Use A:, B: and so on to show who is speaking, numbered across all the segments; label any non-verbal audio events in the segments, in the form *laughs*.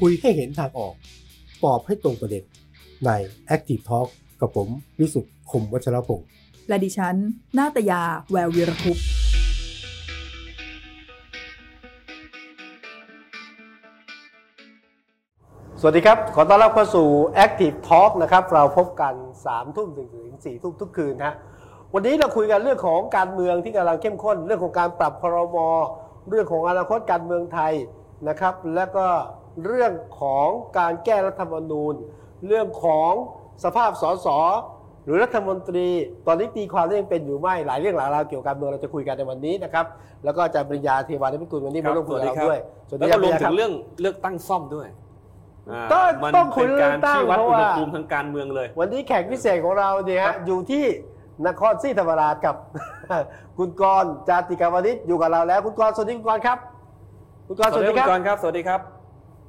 A: คุยให้เห็นทางออก ตอบให้ตรงประเด็น ใน Active Talk กับผมวิสุทธ์คมวัชรพงศ์
B: และดิฉัน นาตยา แวววีรคุปต์
A: สวัสดีครับ ขอต้อนรับเข้าสู่ Active Talk นะครับ เราพบกัน3ทุ่มถึง4ทุ่มทุกคืนนะฮะวันนี้เราคุยกันเรื่องของการเมืองที่กำลังเข้มข้น เรื่องของการปรับพรมเรื่องของอนาคตการเมืองไทยนะครับ และก็เรื่องของการแก้รัฐธรรมนูญ เรื่องของสภาพสสหรือรัฐมนตรี ตอนนี้ตีความเรื่องเป็นอยู่ไม่หลายเรื่องหลายราวเกี่ยวกับการเมืองเราจะคุยกันในวันนี้นะครับแล้วก็อาจารย์ปริญญาเทวานิพิกุลวันนี้มาร่วมคุยกับเราด้วยสส
C: แล้ว
A: ดีค
C: ก็
A: บ
C: รว
A: ป
C: ม
A: ญญาค
C: ถึ
A: บ
C: งเรื่องเลือกตั้งซ่อมด้วยา
A: ต้อง
C: มัน
A: ต้องคุย
C: เป็น
A: เรื่
C: กา
A: อง
C: ร
A: ตั้ง
C: ชี้วัด
A: เพราะ
C: อุณห
A: ว่า
C: ภูมิทางการเมืองเลย
A: วันนี้แขกพิเศษของเราเนี่ย
C: ครั
A: ฮะ
C: บ
A: อยู่ที่นครศรีธรรมราชกับ *laughs* คุณกรณ์จาติกาวนิชอยู่กับเราแล้ว คุณกรณ์สวัสดีคุณกรณ์ครับ คุณกรณ์สวัสดีครับ
C: คุณกรณ์ครับ สวัสดีครับ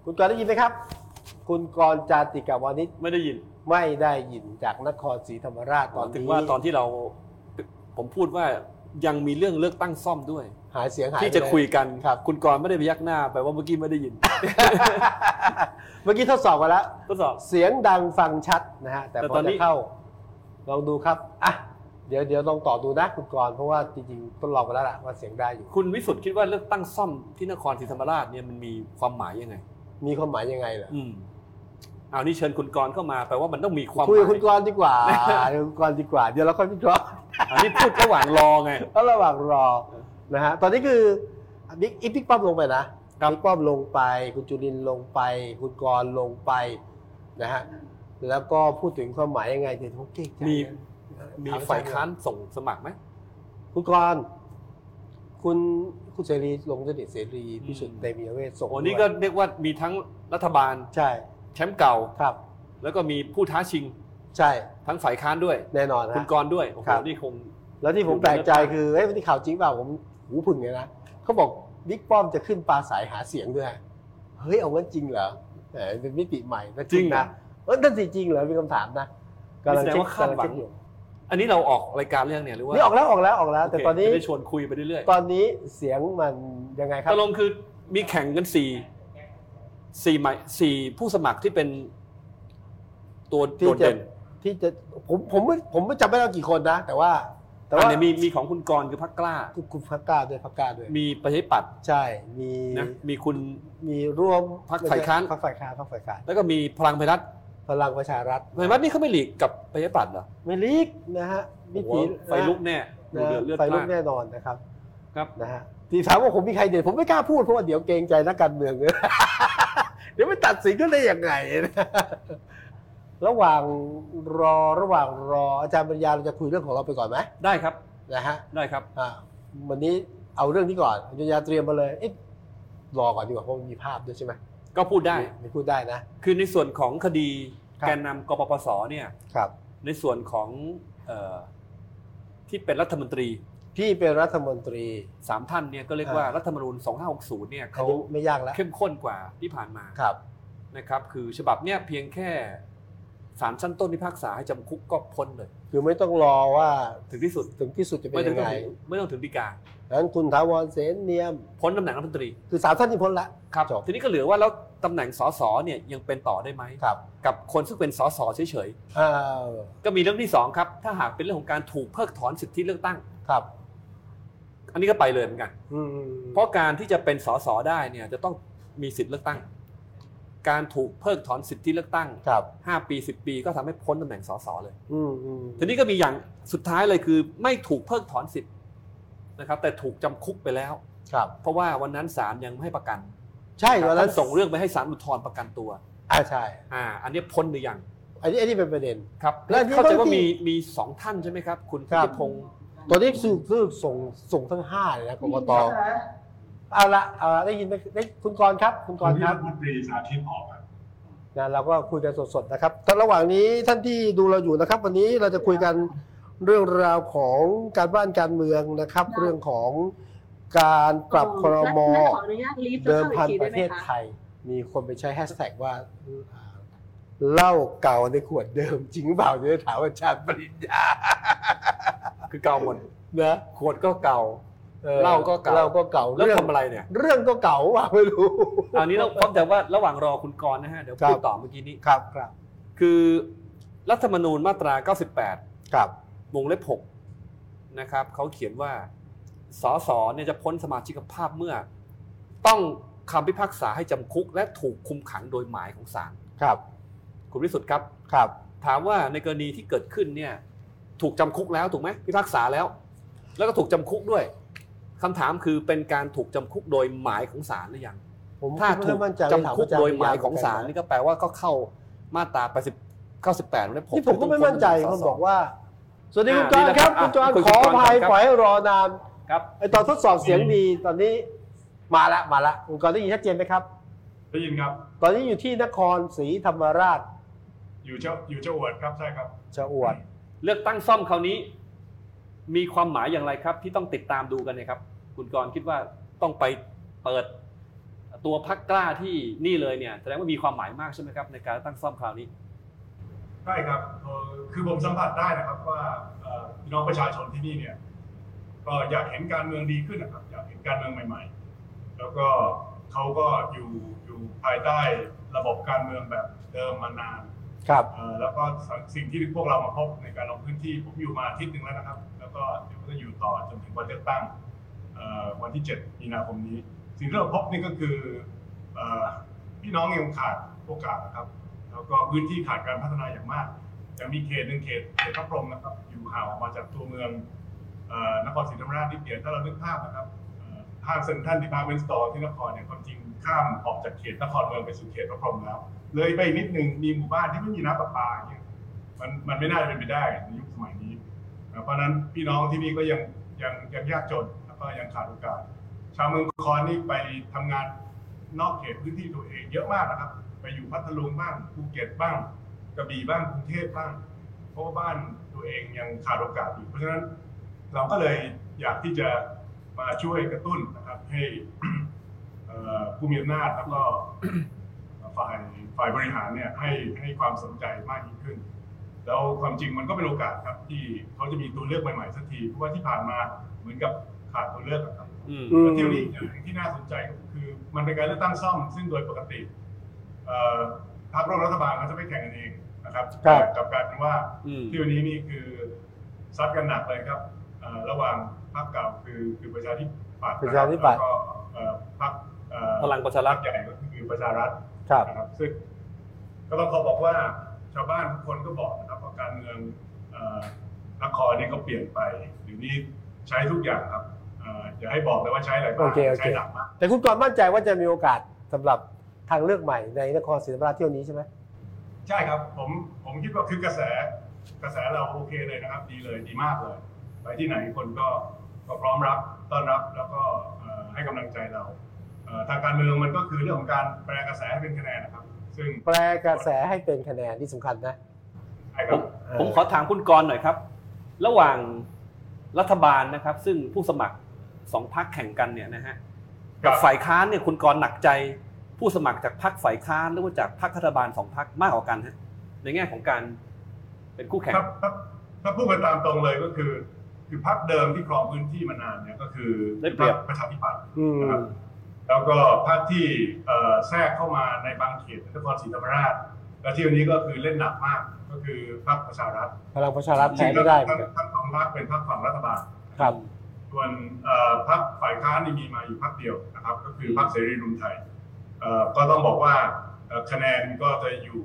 A: คุณกรณ์ได้ยินไหมครับ คุณกรณ์จาติกาวนิช
C: ไม่ได้ยิน
A: ไม่ได้ยินจากนครศรีธรรมราชตอน
C: ถึง
A: นี้
C: ว่าตอนที่เรา ผมพูดว่ายังมีเรื่องเลือกตั้งซ่อมด้วย
A: หายเสียงหาย
C: ที่จะ
A: ไปเล
C: คุยกัน
A: ครับ
C: คุณกรณ์ไม่ได้พยักหน้าแปลว่าเมื่อกี้ไม่ได้ยิน
A: เมื่อกี้ทดสอบกันแล้ว
C: ทดสอบ
A: เสียงดังฟังชัดนะฮะแต่
C: แต่
A: พอ
C: ตอน
A: จะ
C: นี้
A: เข้า ลองดูครับอ่ะเดี๋ยวเดี๋ยวลองต่อดูนะคุณกรณ์เพราะว่าจริงๆทดลองกันแล้วล่ะว่าเสียงได้อยู่
C: คุณวิสุทธ์คิดว่าเลือกตั้งซ่อมที่นครศรีธรรมราชเนี่ยมันมีความหมายยังไง
A: มีความหมายยังไงเหรอ
C: อืมเอานี่เชิญคุณกรณ์เข้ามาแปลว่ามันต้องมีความห
A: คุย
C: มา
A: กับคุณ
C: ย
A: กรณ์ดีกว่า เดี๋ยวคุณกรณ์ดี *laughs* กว่า เดี๋ยวเราค่อยพิจารณา
C: อันนี้พูดระหว่างรอไง
A: ก็ระหว่างรอนะฮะ ตอนนี้คือบิ๊กอีพิกป้อมลงไปนะครับ บิ๊กป้อมลงไป คุณจุลินทร์ลงไป คุณกรณ์ลงไปนะฮะ แล้วก็พูดถึงความหมายยังไงเดี๋ยวผมเก่งใจนะ
C: มีมี
A: ถ
C: ฝ่ายค้านส่งสมัครไหม
A: คุณกรณ์คุณคุณเสรีลงด้วยดิเสรีพิสุทธิ์เตมียเวสส่ง
C: โอ้
A: ด้วย
C: นี่ก็เรียกว่ามีทั้งรัฐบาล
A: ใช่
C: แชมป์เก่า
A: ครับ
C: แล้วก็มีผู้ท้าชิง
A: ใช่
C: ทั้งฝ่ายค้านด้วย
A: แน่นอนฮะ
C: คุณกรณ์ด้วย โอ้โห
A: ครับ
C: นี่คง
A: แล้วที่ผมแปลกใจคือเอ้ยวันนี้ข่าวจริงเปล่าผมหูผึ่งเลยนะเขาบอกบิ๊กป้อมจะขึ้นปลาสายหาเสียงด้วย เฮ้ยเอางั้นจริงเหรอแหมเป็นมิติใหม่นะ
C: จริง
A: นะเออนั่นสิจริงเหรอมีคำถามนะกำลัง
C: แสดง
A: เช็ค
C: ว่าคาดหวัง
A: กำลัเช็คอยู่
C: อันนี้เราออกรายการเรื่องเนี่ยหรือว่า
A: นี่ออกแล้วออกแล้วออกแล้ว
C: โเค
A: แต่ตอนนี้
C: จะได้ชวนคุยไปเรื่อย
A: ตอนนี้เสียงมันยังไงค
C: ๆ
A: รับ
C: ตกลงคือมีแข่งกันสี่สี่หมายสี่ผู้สมัครที่เป็น ตัว
A: ที่
C: โดด
A: จะ
C: เด่น
A: ที่จะผมผมไม่ผมไม่จำไม่ได้ว่ากี่คนนะ แต่ว่า แต่
C: อัน
A: ว่า
C: นี้มีมีของคุณกรณ์คือพรรคกล้า
A: คุณคุณพักกล้าด้วยพักกล้าด้วย
C: มีประชาธิปัตย์
A: ใช่มี
C: นะมีคุณ
A: มีร่วม
C: พรรคฝ่ายค้าน
A: พักฝ่ายค้านพักฝ่ายค้าน
C: แล้วก็มีพลังประชารัฐ
A: พลังประชารัฐ
C: พลังประชารัฐนี่เขาไม่หลีกกับประชาธิปัตย์เหรอ
A: ไม่ลีกนะฮะ
C: โอ้
A: วิ
C: โห
A: ถี
C: ไฟลุกแน่ดู
A: นะ
C: เดือดเลือด
A: ไฟ
C: พ
A: ลุ
C: ล่าก น
A: แน่นอนนะครับ
C: ครับ
A: นะฮะที่ถามว่าผมมีใครเด่นผมไม่กล้าพูดเพราะว่าเดี๋ยวเกรงใจนักการเมืองเลย *laughs* เดี๋ยวไม่ตัดสินก็ได้ยังไงนะระหว่างรอระหว่างรออาจารย์ปริญญาเราจะคุยเรื่องของเราไปก่อนไหม
C: ได้ครับ
A: นะฮะ
C: ได้ครับ
A: อ่าวันนี้เอาเรื่องนี้ก่อนอาจารย์ปริญญาเตรียมมาเลยเอ๊ะรอก่อนดีกว่าเพราะมันมีภาพด้วยใช่ไหม
C: ก็พูดได้
A: มีมีพูดได้นะ
C: คือในส่วนของคดี
A: ครับ
C: แกนนำกปปสเนี่ย
A: ครับ
C: ในส่วนของเออที่เป็นรัฐมนตรี
A: พี่เป็นรัฐมนตรี
C: สามท่านเนี่ยก็เรียกว่ารัฐธรรมนูญ 2560 เนี่ย
A: เขา
C: เขา
A: ไม่ยากแล้ว
C: เข้มข้นกว่าที่ผ่านมา
A: ครับ
C: นะครับ คือฉบับเนี่ยเพียงแค่ศาลชั้นต้นพิพากษาให้จำคุกก็พ้นเลย
A: คือไม่ต้องรอว่า
C: ถึงที่สุด
A: ถึงที่สุดจะเป็น
C: ไม่ต้
A: ยั
C: อง
A: งไง
C: ถึงไม่ต้องถึงฎีกา
A: ดังนั้นคุณถาวรเสนเนียม
C: พ้นตำแหน่งรัฐมนตรี
A: คือสามท่านที่พ้นละ
C: ครับ
A: จบ
C: ทีนี้ก็เหลือว่าแล้วตำแหน่งสสเนี่ยยังเป็นต่อได้ไหม
A: ครับ
C: กับคนซึ่งเป็นสสเฉย
A: อ่า
C: ๆก็มีเรื่องที่สองครับถ้าหากเป็นเรื่องของการถูกเพิกถอนสิทธิเลือกตั้ง
A: ครับ
C: อันนี้ก็ไปเลยเหมือนกัน
A: อืม
C: เพราะการที่จะเป็นสสได้เนี่ยจะต้องมีสิทธิ์เลือกตั้ง การถูกเพิกถอนสิทธิเลือกตั้ง
A: ครับ
C: 5 ปี 10 ปีก็ทำให้พ้นตำแหน่งสสเลย
A: อืมอืม
C: ทีนี้ก็มีอย่างสุดท้ายเลยคือ ไม่ถูกเพิกถอนสิทธิ์นะครับแต่ถูกจำคุกไปแล้ว
A: ครับ
C: เพราะว่าวันนั้นศาลยังไม่ให้ประกัน
A: ใช่วันนั้
C: ท่าน นส่งเรื่องไปให้ศาลอุทธรณ์ประกันตัว
A: อ่าใช่
C: อ่าอันนี้พ้นหรือยัง
A: อันนี้อันนี้เป็นประเด็น
C: ครับ
A: และอันนี้
C: เข้าใจว่า
A: ก็ที่
C: มีมีสองท่านใช่ไหมครับ คุณ
A: ครั
C: พิ
A: บ
C: ธิพงศ์
A: ตอนนี้สื่อสื่อส่งส่งทั้งห้าเลยนะกกตเอาละเอาละได้ยินไหมได้คุณกรณ์ครับ คุณกรณ์ครับ
D: ผมวิโมทปรีสาธิตออกครับ
A: นะเราก็คุยกันสดๆนะครับตอนระหว่างนี้ท่านที่ดูเราอยู่นะครับ วันนี้เราจะคุยกันเรื่องราวของการบ้านการเมืองนะครับ
E: ครับ
A: เรื่องของการปรับครม
E: และขออนุญาตลีฟ
A: เดิม
E: ข้า
A: พัน
E: อีก
A: ประเทศ
E: ได้ไหม
A: ไท
E: คะ
A: ย มีคนไปใช้แฮชแท็กว่าอ่าเหล้าเก่าในขวดเดิมจริงหรือเปล่าจะได้ถามอาจารย์ปริญญา
C: คือเก่าหมด
A: นะ
C: ขวดก็เก่า
A: ออ
C: เล่าก็เก่า
A: เล่าก็เก่า
C: แล้ว
A: เรื่อง
C: ทำอะไรเนี่ย
A: เรื่องก็เก่าว่ะไม่รู้
C: อันนี้เราพบแต่ว่าระหว่างรอคุณกรณ์นะฮะ เดี๋ยว
A: ครับ
C: พูดต่อเมื่อกี้นี้
A: ครับครับ
C: คือรัฐธรรมนูญมาตรา 98
A: ครับ
C: วงเล็บ 6 นะครับเขาเขียนว่าสสเนี่ยจะพ้นสมาชิกภาพเมื่อ ต้องคำพิพากษาให้จำคุก และถูกคุมขังโดยหมายของศาล
A: ครับ
C: คุณวิสุทธ์ครับ
A: ครับ
C: ถามว่าในกรณีที่เกิดขึ้นเนี่ย ถูกจำคุกแล้วถูกไหมพิพากษาแล้ว แล้วก็ถูกจำคุกด้วยคำถามคือเป็นการถูกจำคุกโดยหมายของศาลหรือยัง
A: ผม
C: ถ้าถูก
A: ไม่มั่นใจ
C: จำคุกโดยหมายของศาล
A: นี่
C: นี่ก็แปลว่าก็เข้ามาตรา80 98วงเล็บ6
A: นี่ผมก็ไม่มั่นใจเขาบอกว่า สวัสดีคุณจอนครับ คุณจอนขออภัยขอให้รอนาน
C: ครับ
A: ไอตอนทดสอบเสียงดีตอนนี้มาละมาละคุณจอนได้ยินชัดเจนไหมครับ
D: ได้ยินครับ
A: ตอนนี้อยู่ที่นครศรีธรรมราช
D: อยู่เจ้าอยู่เจ้าอวดครับ ใช่ครับ
A: ชะอวด
C: เลือกตั้งซ่อมคราวนี้ มีความหมายอย่างไรครับ ที่ต้องติดตามดูกันเนะครับ คุณกรณ์คิดว่าต้องไปเปิด ตัวพักกล้าที่นี่เลยเนี่ยแสดงว่ามีความหมายมากใช่ไหมครับในการเลือกตั้งซ่อมคราวนี้
D: ใช่ครับเอ่อคือผมสัมผัสได้นะครับว่าเอ่อพี่น้องประชาชนที่นี่เนี่ยก็อยากเห็นการเมืองดีขึ้นนะครับ อยากเห็นการเมืองใหม่ ๆ แล้วก็เขาก็อยู่อยู่ภายใต้ระบบการเมืองแบบเดิมมานาน
A: ครับ
D: เอ่อแล้วก็สิ่งที่พวกเรามาพบในการลงพื้นที่ผมอยู่มาอาทิตย์หนึ่งแล้วนะครับ แล้วก็เดี๋ยวจะอยู่ต่อจนถึงวันเลือกตั้งเอ่อวันที่ 7 มีนาคมนี้ สิ่งที่เราพบนี่ก็คือเอ่อพี่น้องยังขาดโอกาสนะครับ แล้วก็พื้นที่ขาดการพัฒนาอย่างมากจะมีเขตหนึ่งเขตเขตพระพรหมนะครับ อยู่ห่างออกมาจากตัวเมืองเอ่อนครศรีธรรมราชนิดเดียวถ้าเรานึกภาพนะครับเอ่อห้างเซ็นทรัลดีพาร์ตเมนต์สโตร์ที่นครเนี่ยความจริงข้ามออกจากเขตนครเมืองไปสู่เขตพระพรหมแล้ว เลยไปนิดนึงมีหมู่บ้านที่ไม่มีน้ำประปาอย่างเงี้ยมันมันไม่น่าจะเป็นไปได้ในยุคสมัยนี้นะเพราะฉะนั้นพี่น้องที่นี่ก็ยังยังยังยากจนแล้วก็ยังขาดโอกาส ชาวเมืองคอนนี่ไปทำงานนอกเขตพื้นที่ตัวเองเยอะมากนะครับ ไปอยู่พัทลุงบ้างภูเก็ตบ้างกระบี่บ้างกรุงเทพบ้าง เพราะว่าบ้านตัวเองยังขาดโอกาสอยู่ เพราะฉะนั้นเราก็เลยอยากที่จะมาช่วยกระตุ้นนะครับ ให้ *coughs* เอ่อผู้มีอำนาจแล้วก็ ฝ่ายฝ่ายบริหารเนี่ยให้ให้ความสนใจมากยิ่งขึ้น แล้วความจริงมันก็เป็นโอกาสครับ ที่เขาจะมีตัวเลือกใหม่ๆสักทีเพราะว่าที่ผ่านมาเหมือนกับขาดตัวเลือกอะครับ
C: อืม
A: อืม
D: เที่ยวนี้อย่างหนึ่งที่น่าสนใจก็คือมันเป็นการเลือกตั้งซ่อม ซึ่งโดยปกติเอ่อพรรคร่วมรัฐบาลเขาจะไม่แข่งกันเองนะครับ
A: ครับ
D: แต่กลับกลารเป็นว่า
C: อืม
D: เที่ยวนี้นี่คือซัดกันหนักเลยครับเอ่อระหว่างพรรคเก่าคือคือประชาธิปัตย์นคบ
A: ประชาธิปัตย์
D: แล้วก็เอ่อพรรคเอ่อ
C: พลังประชารัฐ
D: พคใหญ่ก็คือประชารัฐ
A: ครับ
D: นะครับซึ่งก็ต้องขอบอกว่าชาวบ้านทุกคนก็บอกนะครับว่าการเมืองเอ่อนครนี่ก็เปลี่ยนไปเดี๋ยวนี้ใช้ทุกอย่างครับเอ่ออย่าให้บอกเลยว่าใช้อะไรบ้า
A: โอง เคโอเค
D: ใช้หนักมาก
A: แต่คุณกรณ์มั่นใจว่าจะมีโอกาสสำหรับทางเลือกใหม่ในนครศรีธรรมราชเที่ยวนี้ใช่ไหม
D: ใช่ครับผมผมคิดว่าคือกระแสกระแสเราโอเคเลยนะครับ ดีเลยดีมากเลยไปที่ไหนคนก็ก็พร้อมรับต้อนรับแล้วก็เอ่อให้กำลังใจเราเอ่อทางการเมืองมันก็คือเรื่องของการแปลกระแสให้เป็นคะแนนนะครับ ซึ่ง
A: แปลกระแสให้เป็นคะแนนที่สำคัญนะ
D: ใช่ค
C: ผ
D: รับ
C: มผมขอถามคุณกรณ์หน่อยครับ ระหว่างรัฐบาลนะครับ ซึ่งผู้สมัครสองพักแข่งกันเนี่ยนะฮะ
D: ค
C: กั
D: รั
C: บบ ฝ่ายค้านเนี่ยคุณกรณ์หนักใจ ผู้สมัครจากพักฝ่ายค้านหรือว่าจากพักรัฐบาลสองพักมากกว่ากันฮะในแง่ของการเป็นคู่แข่ง
D: ถ้าถ้าถ้าพูดกันตามตรงเลยก็คือ คือพรรคเดิมที่ครองพื้นที่มานานเนี่ยก็คือ
C: ได้เปรียบ
D: พคประชาธิปัตย์
A: อืม
D: นะครับแล้วก็พรรคที่เอ่อแทรกเข้ามาในบางเขตนครศรีธรรมราช และที่วันนี้ก็คือเล่นหนักมากก็คือพรรคประชารัฐ
A: พลังประชารัฐแพ้ไม่ได้เหมื
D: ทั้
A: อน
D: ง
A: กัน
D: ทั้งสองพรรคเป็นพรรคฝั่งรัฐบาล
A: ครับ
D: ส่วนเอ่อพรรคฝ่ายค้านนี่มีมาอยู่พรรคเดียวนะครับ ก็คือพรรคเสรีรวมไทยเอ่อก็ต้องบอกว่าเอ่อคะแนนก็จะอยู่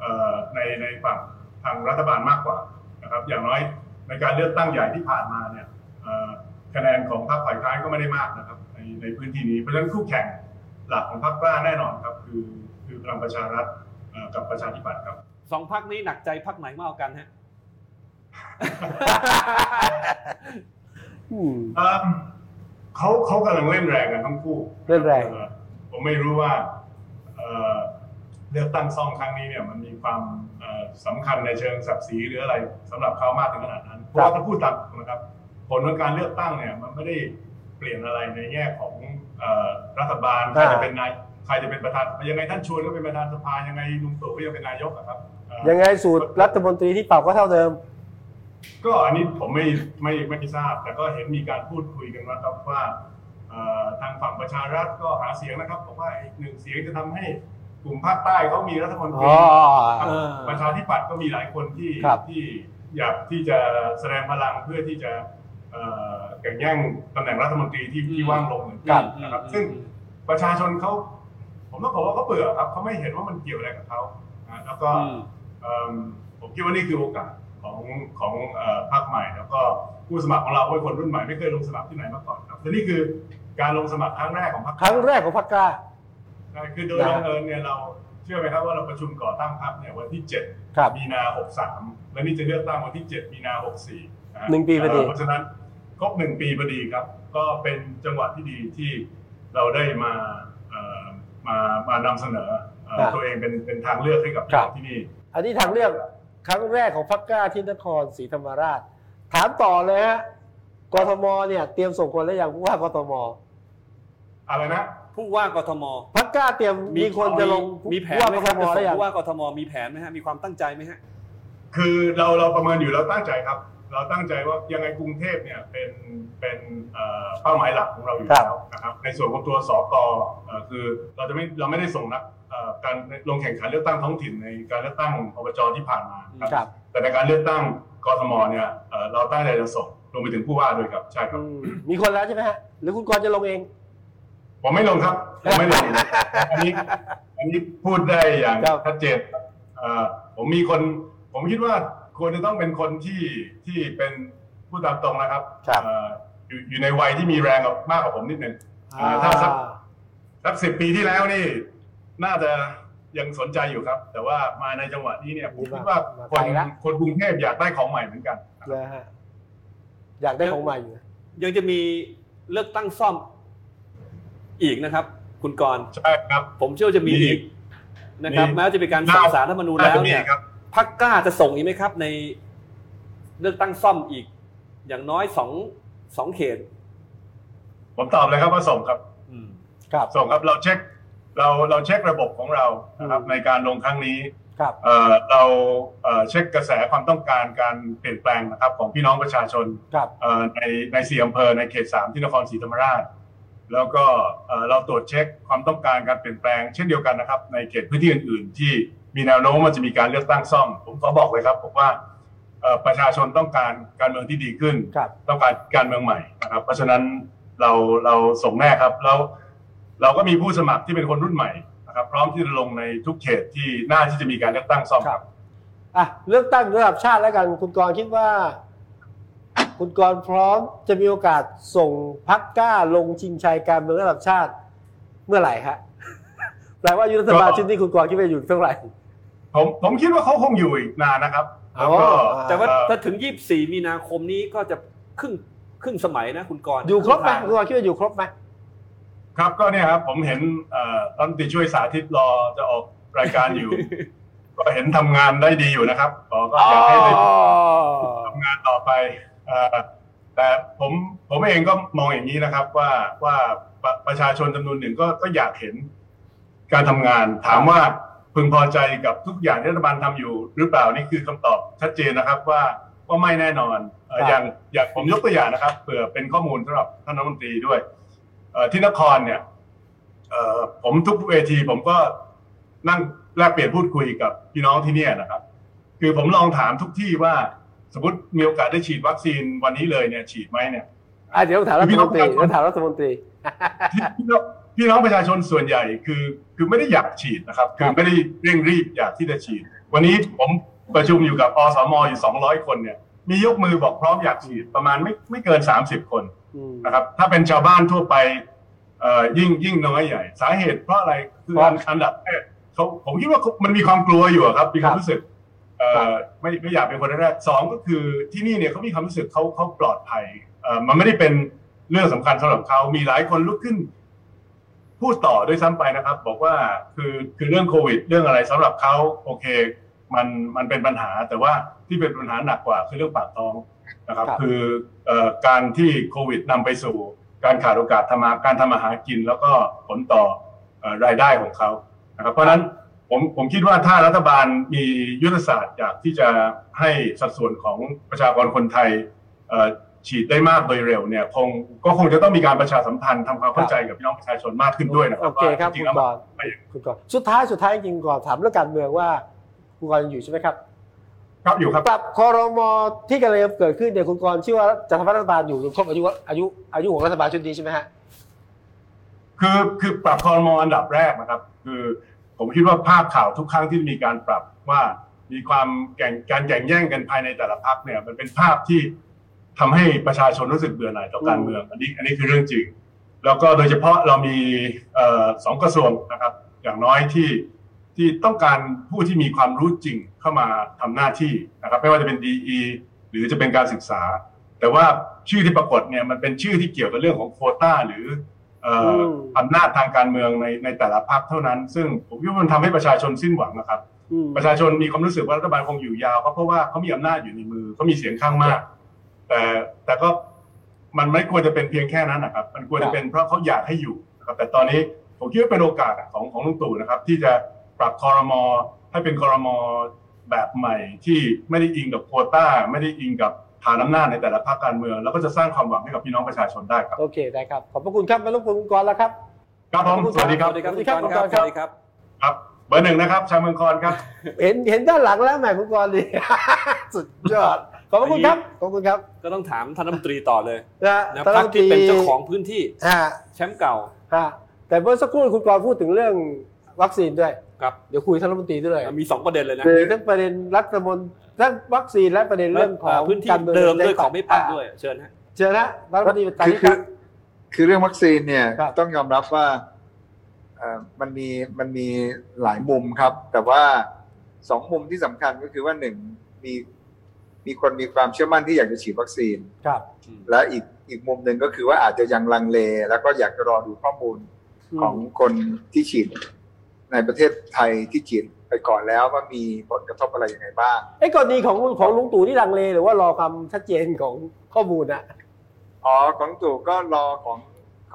D: เอ่อในในฝั่งทางรัฐบาลมากกว่า นะครับอย่างน้อยในการเลือกตั้งใหญ่ที่ผ่านมาเนี่ยเอ่อคะแนนของพรรคฝ่ายค้านก็ไม่ได้มากนะครับในในพื้นที่นี้เพราะฉะนั้นคู่แข่งหลักของพรรคกล้าแน่นอนครับคือคือพลังประชารัฐเอ่อกับประชาธิปัตย์ครับ
C: สองพักนี้หนักใจพักไหนมากกว่ากันฮะ
A: อืม
D: เอิ่มเขาเขากำลังเล่นแรงกันทั้งคู่
A: เล่นแรง
D: อ่อผมไม่รู้ว่าเอ่อเลือกตั้งซ่อมครั้งนี้เนี่ยมันมีความเอ่อสำคัญในเชิงศักดิ์ศรีหรืออะไรสำหรับเขามากถึงขนาดนั้นเพราะว่าถ้าพูดตามตรงนะครับ ผลของการเลือกตั้งเนี่ยมันไม่ได้เปลี่ยนอะไรในแง่ของเอ่อรัฐบาลใคร
A: อ่า
D: จะเป็นนายใครจะเป็นประธานยังไงท่านชวนก็เป็นประธานสภายังไงลุงตู่ก็ยังเป็นนายกอะครับเอ่อ
A: ยังไงสูตรรัฐมนตรีที่เป่าก็เท่าเดิม
D: ก็อันนี้ผมไม่ไม่ไม่ทราบ แต่ก็เห็นมีการพูดคุยกันว่าครับว่าเอ่อทางฝั่งประชารัฐก็หาเสียงนะครับบอกว่าอีกหนึ่งเสียงจะทำให้กลุ่มภาคใต้เขามีรัฐมนตรี
A: อ๋อ
D: ครับประชาธิปัตย์ก็มีหลายคนที่
A: ครับ
D: ที่อยากที่จะแสดงพลังเพื่อที่จะเอ่อแข่งแย่งตำแหน่งรัฐมนตรีที่
C: อืม
D: ที่ว่างลงเหมือน
A: ครั
D: กับ นนะครับ ซึ่งประชาชนเขาผมต้องบอกว่าเขาเบื่อครับเขาไม่เห็นว่ามันเกี่ยวอะไรกับเขานะแล้วก็
C: อืม
D: เอิ่มผมคิดว่านี่คือโอกาสของของเอ่อพรรคใหม่ แล้วก็ผู้สมัครของเราเป็นคนรุ่นใหม่ไม่เคยลงสมัครที่ไหนมาก่อนครับและนี่คือการลงสมัครครั้งแรกของพรรค
A: ครั้งแรกของพักกล้า
D: ใช่คือโดย
A: นะ
D: บังเอิญเนี่ยเราเชื่อไหมครับว่าเราประชุมก่อตั้งพรรคเนี่ยวันที่ 7
A: ครับ
D: มีนา 63 และนี่จะเลือกตั้งวันที่ 7 มีนา 64ะฮะ
A: หนึ่งปีพอดี
D: เเพราะฉะนั้นครบหนึ่งปีพอดีครับ ก็เป็นจังหวะที่ดีที่เราได้มาเอ่อมามานำเสนอเอ่อตัวเองเป็นเป็นทางเลือกให้กับที่นี่
A: อันนี้ทางเลือกครั้งแรกของพักกล้าที่นครศรีธรรมราช ถามต่อเลยฮะกทมเนี่ยเตรียมส่งคนแล้วยังผู้ว่ากทม
D: อะไรนะ
C: ผู้ว่ากทม
A: พักกล้าเตรียมมีคนจะลง
C: มีแผน
A: ผู้ว่า
C: ไหม
A: ก
C: ค
A: ท
C: รับ
A: ม
C: จะส่
A: แล้วยั
C: ง
A: ง
C: ผู้ว่ากทมมีแผนไหมฮะมีความตั้งใจไหมฮะ
D: คือเราเราประเมินอยู่แล้วตั้งใจครับ เราตั้งใจว่ายังไงกรุงเทพเนี่ยเป็นเป็นเอ่อเป้าหมายหลักของเราอยู่แล้วนะครับในส่วนของตัวสกเอ่อคือเราจะไม่เราไม่ได้ส่งนักเอ่อการลงแข่งขันเลือกตั้งท้องถิ่นในการเลือกตั้งอบจที่ผ่านมาครับ
A: ครับ
D: แต่ในการเลือกตั้งกทมเนี่ยเอ่อเราตั้งใจจะส่งรวมไปถึงผู้ว่าด้วยครับใช่ครับ
A: อืมมีคนแล้วใช่ไหมฮะหรือคุณกรณ์จะลงเอง
D: ผมไม่ลงครับผมไม่ลงอันนี้อันนี้พูดได้อย่าง
A: ครับ
D: ชัดเจนเอ่อผมมีคน ผมคิดว่าควรจะต้องเป็นคนที่ที่เป็นผู้ตามตรงนะครับ
A: ครับ
D: เอ่ออยู่อยู่ในวัยที่มีแรงกับมากกว่าผมนิดหนึ่ง อ่าถ้าสัก สักสิบปีที่แล้วนี่ น่าจะยังสนใจอยู่ครับ แต่ว่ามาในจังหวะนี้เนี่ยผมคิดว่า
A: มา
D: คน
A: ไกลละ
D: คนกรุงเทพอยากได้ของใหม่เหมือนกัน
A: นะฮะอยากได้ของใหม่อยู่นะ
C: ยังจะมีเลือกตั้งซ่อมอีกนะครับ คุณกรณ์
D: ใช่ครับ
C: ผมเชื่อว่าจะมี
D: มี
C: อีกนะครับ
D: มี
C: แม้ว่าจะเป็นการส่งสารรัฐธรรมนูญ
D: น่า
C: แล้ว
D: จะมี
C: เนี่ย
D: ครับ
C: พักกล้าจะส่งอีกไหมครับ ในเลือกตั้งซ่อมอีก อย่างน้อยสองสองเขต
D: ผมตอบเลยครับว่าส่งครับ
C: อืม
A: ครับ
D: ส่งครับเราเช็คเราเราเช็คระบบของเรานะครับ
A: อืม
D: ในการลงครั้งนี้
A: ครับ
D: เอ่อเราเอ่อเช็คกระแสความต้องการการเปลี่ยนแปลงนะครับของพี่น้องประชาชน
A: ครับ
D: เอ่อในในสี่อำเภอในเขตสามที่นครศรีธรรมราช แล้วก็เอ่อเราตรวจเช็คความต้องการการเปลี่ยนแปลงเช่นเดียวกันนะครับในเขตพื้นที่อื่น ๆ ที่มีแนวโน้มว่าจะมีการเลือกตั้งซ่อม ผมขอบอกเลยครับผมว่าเอ่อประชาชนต้องการการเมืองที่ดีขึ้น
A: ครับ
D: ต้องการการเมืองใหม่นะครับ เพราะฉะนั้นเราเราส่งแน่ครับแล้วเราก็มีผู้สมัครที่เป็นคนรุ่นใหม่นะครับพร้อมที่จะลงในทุกเขตที่น่าที่จะมีการเลือกตั้งซ่อม
A: ครับ อ่ะเลือกตั้งระดับชาติแล้วกันคุณกรณ์คิดว่า คุณกรณ์พร้อมจะมีโอกาสส่งพักกล้าลงชิงชัยการเมืองระดับชาติเมื่อไหร่ฮะ *laughs* แปลว่ายุทธศาสต
D: ก็
A: ร์ชุดนี้คุณกรณ์คิดว่าอยู่เท่าไหร่
D: ผมผมคิดว่าเขาคงอยู่อีกนานนะครับแล้วก็
A: อ๋อ
C: แต่ว่า
D: เอ่อ
C: ถ้าถึง 24 มีนาคมนี้ก็จะครึ่งครึ่งสมัยนะคุณกรณ์
A: อยู่ครบไหม
C: ง
A: คุณกรณ์คิดว่าอยู่ครบไหม
D: ครับก็เนี่ยครับผมเห็นเอ่อรัฐมนตรีช่วยสาธิตรอจะออกรายการ
C: *laughs*
D: อยู่ ก็เห็นทำงานได้ดีอยู่นะครับก็ก็อยากให้ได้ทำงานต่อไปเอ่อแต่ผมผมเองก็มองอย่างนี้นะครับว่าว่าประประชาชนจำนวนหนึ่งก็ก็อยากเห็นการทำงาน ถามว่าพึงพอใจกับทุกอย่างที่รัฐบาลทำอยู่ หรือเปล่านี่คือคำตอบชัดเจนนะครับว่าว่าไม่แน่นอนเอ่อ
A: ครับ
D: อย่างอย่างผมยกตัวอย่างนะครับเผื่อเป็นข้อมูลสำหรับท่านรัฐมนตรีด้วย เอ่อที่นครเนี่ยเอ่อผมทุกเวทีผมก็นั่งแลกเปลี่ยนพูดคุยกับพี่น้องที่เนี่ยนะครับ คือผมลองถามทุกที่ว่าสมมติมีโอกาสได้ฉีดวัคซีนวันนี้เลยเนี่ยฉีดไหมเนี่ย
A: อ่ะเดี๋ยวถามรัฐมนตรีเดี๋ยวถามรัฐมนตรี
D: พี่พี่น้องพี่น้องประชาชนส่วนใหญ่คือคือไม่ได้อยากฉีดนะครับ คือไม่ได้เร่งรีบอยากที่จะฉีด วันนี้ผมประชุมอยู่กับอสมอยู่ 200 คนเนี่ยมียกมือบอกพร้อมอยากฉีดประมาณไม่ไม่เกิน 30 คน
A: อืม
D: นะครับถ้าเป็นชาวบ้านทั่วไปเอ่อยิ่งยิ่งน้อยใหญ่ สาเหตุเพราะอะไรคืออันอันดับแรกเขาผมคิดว่าเขามันมีความกลัวอยู่อะครับมีความรู้สึกเอ่อไม่ไม่อยากเป็นคนแรกสองก็คือที่นี่เนี่ยเขามีความรู้สึกเขาเขาปลอดภัยเอ่อมันไม่ได้เป็นเรื่องสำคัญสำหรับเขามีหลายคนลุกขึ้น พูดต่อด้วยซ้ำไปนะครับ บอกว่าคือคือเรื่องโควิด เรื่องอะไรสำหรับเขาโอเค มันมันเป็นปัญหาแต่ว่าที่เป็นปัญหาหนักกว่าคือเรื่องปากท้องนะครับ
A: ครับ
D: คือเอ่อการที่โควิดนำไปสู่ การขาดโอกาสทำมาการทำมาหากิน แล้วก็ผลต่อเอ่อรายได้ของเขานะครับเพราะฉะนั้น ผมผมคิดว่าถ้ารัฐบาลมียุทธศาสตร์อยากที่จะให้สัดส่วนของประชากรคนไทยเอ่อฉีดได้มากโดยเร็วเนี่ยคงก็คงจะต้องมีการประชาสัมพันธ์ทำความเข้าใจกับพี่น้องประชาชนมากขึ้นด้วยนะครั
A: โอบเคครับคุ
D: ว่าจริง
A: ณ
D: ๆแล้ว
A: ก
D: มัน
A: รณ์
D: ไป
A: คุณกรณ์สุดท้ายสุดท้ายจริงๆก่อนถามเรื่องการเมืองว่าคุณกรณ์ยังอยู่ใช่ไหมครับ
D: ครับอยู่ครับ
A: ปรับคอรมอที่กำลังจะเกิดขึ้นเนี่ยคุณกรณ์เชื่อว่าจะทำให้รัฐบาลอยู่จนครบอายุอายุอายุของรัฐบาลชุดนี้ใช่ไหมฮะ
D: คือคือปรับคอรมออันดับแรกนะครับ คือผมคิดว่าภาพข่าวทุกครั้งที่มีการปรับว่ามีความแข่งการแข่งแย่งกันภายในแต่ละพักเนี่ย มันเป็นภาพที่ทำให้ประชาชนรู้สึกเบื่อหน่ายต่อการเมือง อันนี้อันนี้คือเรื่องจริง แล้วก็โดยเฉพาะเรามีเอ่อสองกระทรวงนะครับ อย่างน้อยที่ที่ต้องการผู้ที่มีความรู้จริงเข้ามาทำหน้าที่นะครับ ไม่ว่าจะเป็นดีหรือจะเป็นการศึกษา แต่ว่าชื่อที่ปรากฏเนี่ยมันเป็นชื่อที่เกี่ยวกับเรื่องของโควต้าหรือเอ่ออ
A: ม
D: อำนาจทางการเมืองในในแต่ละพรรคเท่านั้น ซึ่งผมคิดว่ามันทำให้ประชาชนสิ้นหวังนะครับ
A: อืม
D: ประชาชนมีความรู้สึกว่ารัฐบาลคงอยู่ยาวก็เพราะว่าเขามีอำนาจอยู่ในมือเขามีเสียงข้างมาก แต่แต่ก็มันไม่ควรจะเป็นเพียงแค่นั้นนะครับ มันควร
A: ครั
D: จะ
A: บ
D: เป็นเพราะเขาอยากให้อยู่นะครับแต่ตอนนี้ผมคิดว่าเป็นโอกาสของของลุงตู่นะครับ ที่จะปรับคอรมอให้เป็นคอรมอแบบใหม่ที่ไม่ได้อิงกับโควต้า ไม่ได้อิงกับฐานอำนาจในแต่ละพรรคการเมือง แล้วก็จะสร้างความหวังให้กับพี่น้องประชาชนได้ครับ
A: โอเคได้ครับ ขอบพระคุณครับไม่รบกวนคุณกรณ์
D: *laughs*
A: แล้วครับ
D: ครับผมสวัสดีครับ
C: สวัสดีครับ
A: สวัสดี
C: คุณ
A: ค
C: ก
A: รับ
C: รณ์ครับ
A: คุณกรณ์
C: ส
A: ครับ
C: วัสดีครับ
D: ครับเบอร์หนึ่งนะครับชาวเมืองคอนครับ
A: เห็นเห็นด้านหลังแล้วแหมคุณกรณ์ดี *laughs* สุดยอดขอบพระคุณครับขอบคุณครับ
C: ก็ต้องถามท่านรัฐมนตรีต่อเลย
A: นะ
C: นะ
A: ท่า
C: พรรค
A: ฐม
C: ที่เป็นเจ้าของพื้นที่
A: ฮะ
C: แชมป์เก่า
A: ฮะแต่เมื่อสักครู่คุณกรณ์พูดถึงเรื่องวัคซีนด้วย
C: ครับ
A: เดี๋ยวคุยท่านรัฐมนตรีด้วย
C: มีสองประเด็นเลยนะ
A: มีทั้งประเด็นรัฐมนตรีทั้งวัคซีนและประเด็นเรื่องของ
C: พื้นที่
A: การมือง
C: เดิมด้วยของไม่ปัก
A: ะ
C: ด้วย เชิญฮะ
A: เจอนะรัฐมนตรีตา
E: คื
A: นิ
E: อคื
A: กั
E: อน คือเรื่องวัคซีนเนี่ย
A: ครับ
E: ต้องยอมรับว่าเอ่อมันมีมันมีหลายมุมครับ แต่ว่าสองมุมที่สำคัญก็คือว่าหนึ่งมีมีคนมีความเชื่อมั่นที่อยากจะฉีดวัคซีน
A: ครับ
E: และอีกอีกมุมหนึ่งก็คือว่าอาจจะยังลังเล แล้วก็อยากจะรอดูข้อมูลของคนที่ฉีด ในประเทศไทยที่ฉีดไปก่อนแล้วว่ามีผลกระทบอะไรยังไงบ้าง
A: ไอ้ยกรณีของของลุงตู่ที่ลังเลหรือว่ารอความชัดเจนของข้อมูลอะ
E: อ๋อของตู่ก็รอของ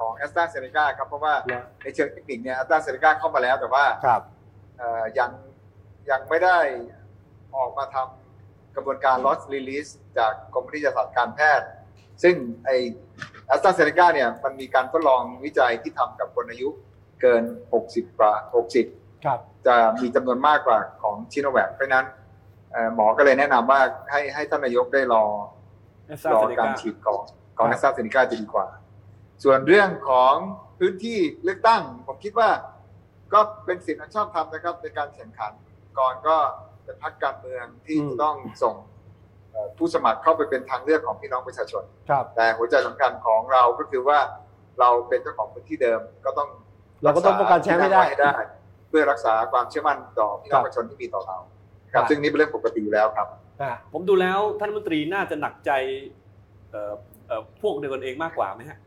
E: ของแอสตราเซเนกาครับเพราะว่า
A: ครับ
E: ในเชิงเทคนิคเนี่ยแอสตราเซเนกาเข้ามาแล้วแต่ว่า
A: ครับ
E: เอ่อยังยังไม่ได้ออกมาทำกระบวนการ loss release จากกรมวิทยาศาสตร์การแพทย์ ซึ่งไอแอสตราเซเนกาเนี่ยมันมีการทดลองวิจัยที่ทำกับคนอายุเกิน 60กว่า60
A: ครับ
E: จะมีจำนวนมากกว่าของชิโนแวคเพราะฉะนั้นเอ่อหมอก็เลยแนะนำว่าให้ให้ท่านนายกได้รอ รอการฉีดก่อนก่อนแอสตราเซเนกาจะดีกว่า ส่วนเรื่องของพื้นที่เลือกตั้ง ผมคิดว่า ก็เป็นสิทธิ์อันชอบธรรมนะครับ ในการแข่งขันก่อนก็เป็นพรรคการเมืองที่
A: อืม
E: ต้องส่งเอ่อผู้สมัครเข้าไปเป็นทางเลือกของพี่น้องประชาชน
A: ครับ
E: แต่หัวใจสำคัญของเราก็คือว่าเราเป็นเจ้าของพื้นที่เดิมก็ต้อง
A: เราก็ต้องป้องกันแชมป์ให้ได้
E: รักษาที่นั่งว้ให้เพื่อรักษาความเชื่อมั่นต่อพี่น้องประชาชนที่มีต่อเราค
A: ครั
E: รับ
A: บ
E: ซึ่งนี่เป็นเรื่องปกติอยู่แล้วครับ
A: อ่ะ
C: ผมดูแล้วท่านรัฐมนตรีน่าจะหนักใจเอ่อเอ่อพวกเดียวกันเองมากกว่าไหมฮะ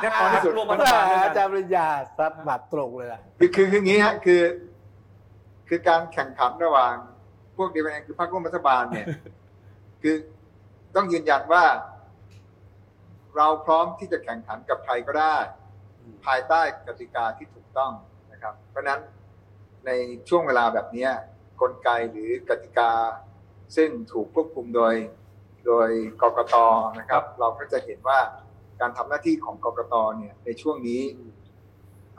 E: แน่นอนที่สุด
C: รวม
A: อา
C: รัฐบาลด้วย
A: จา
C: กั
A: ร
C: น
A: ย์ปริญญาสับบัตรตรงเลยล่ะ
E: คือคือคืออย่างนี้ฮะคือ คือการแข่งขันระหว่าง พวกเดียวกันเองคือพรรคร่วมรัฐบาลเนี่ย คือต้องยืนยันว่า เราพร้อมที่จะแข่งขันกับใครก็ได้
C: อืม
E: ภายใต้กติกาที่ถูกต้องนะครับ เพราะฉะนั้นในช่วงเวลาแบบเนี้ยกลไกหรือกติกา ซึ่งถูกควบคุมโดย โดยกกตนะครับ เราก็จะเห็นว่าการทำหน้าที่ของกกตเนี่ยในช่วงนี้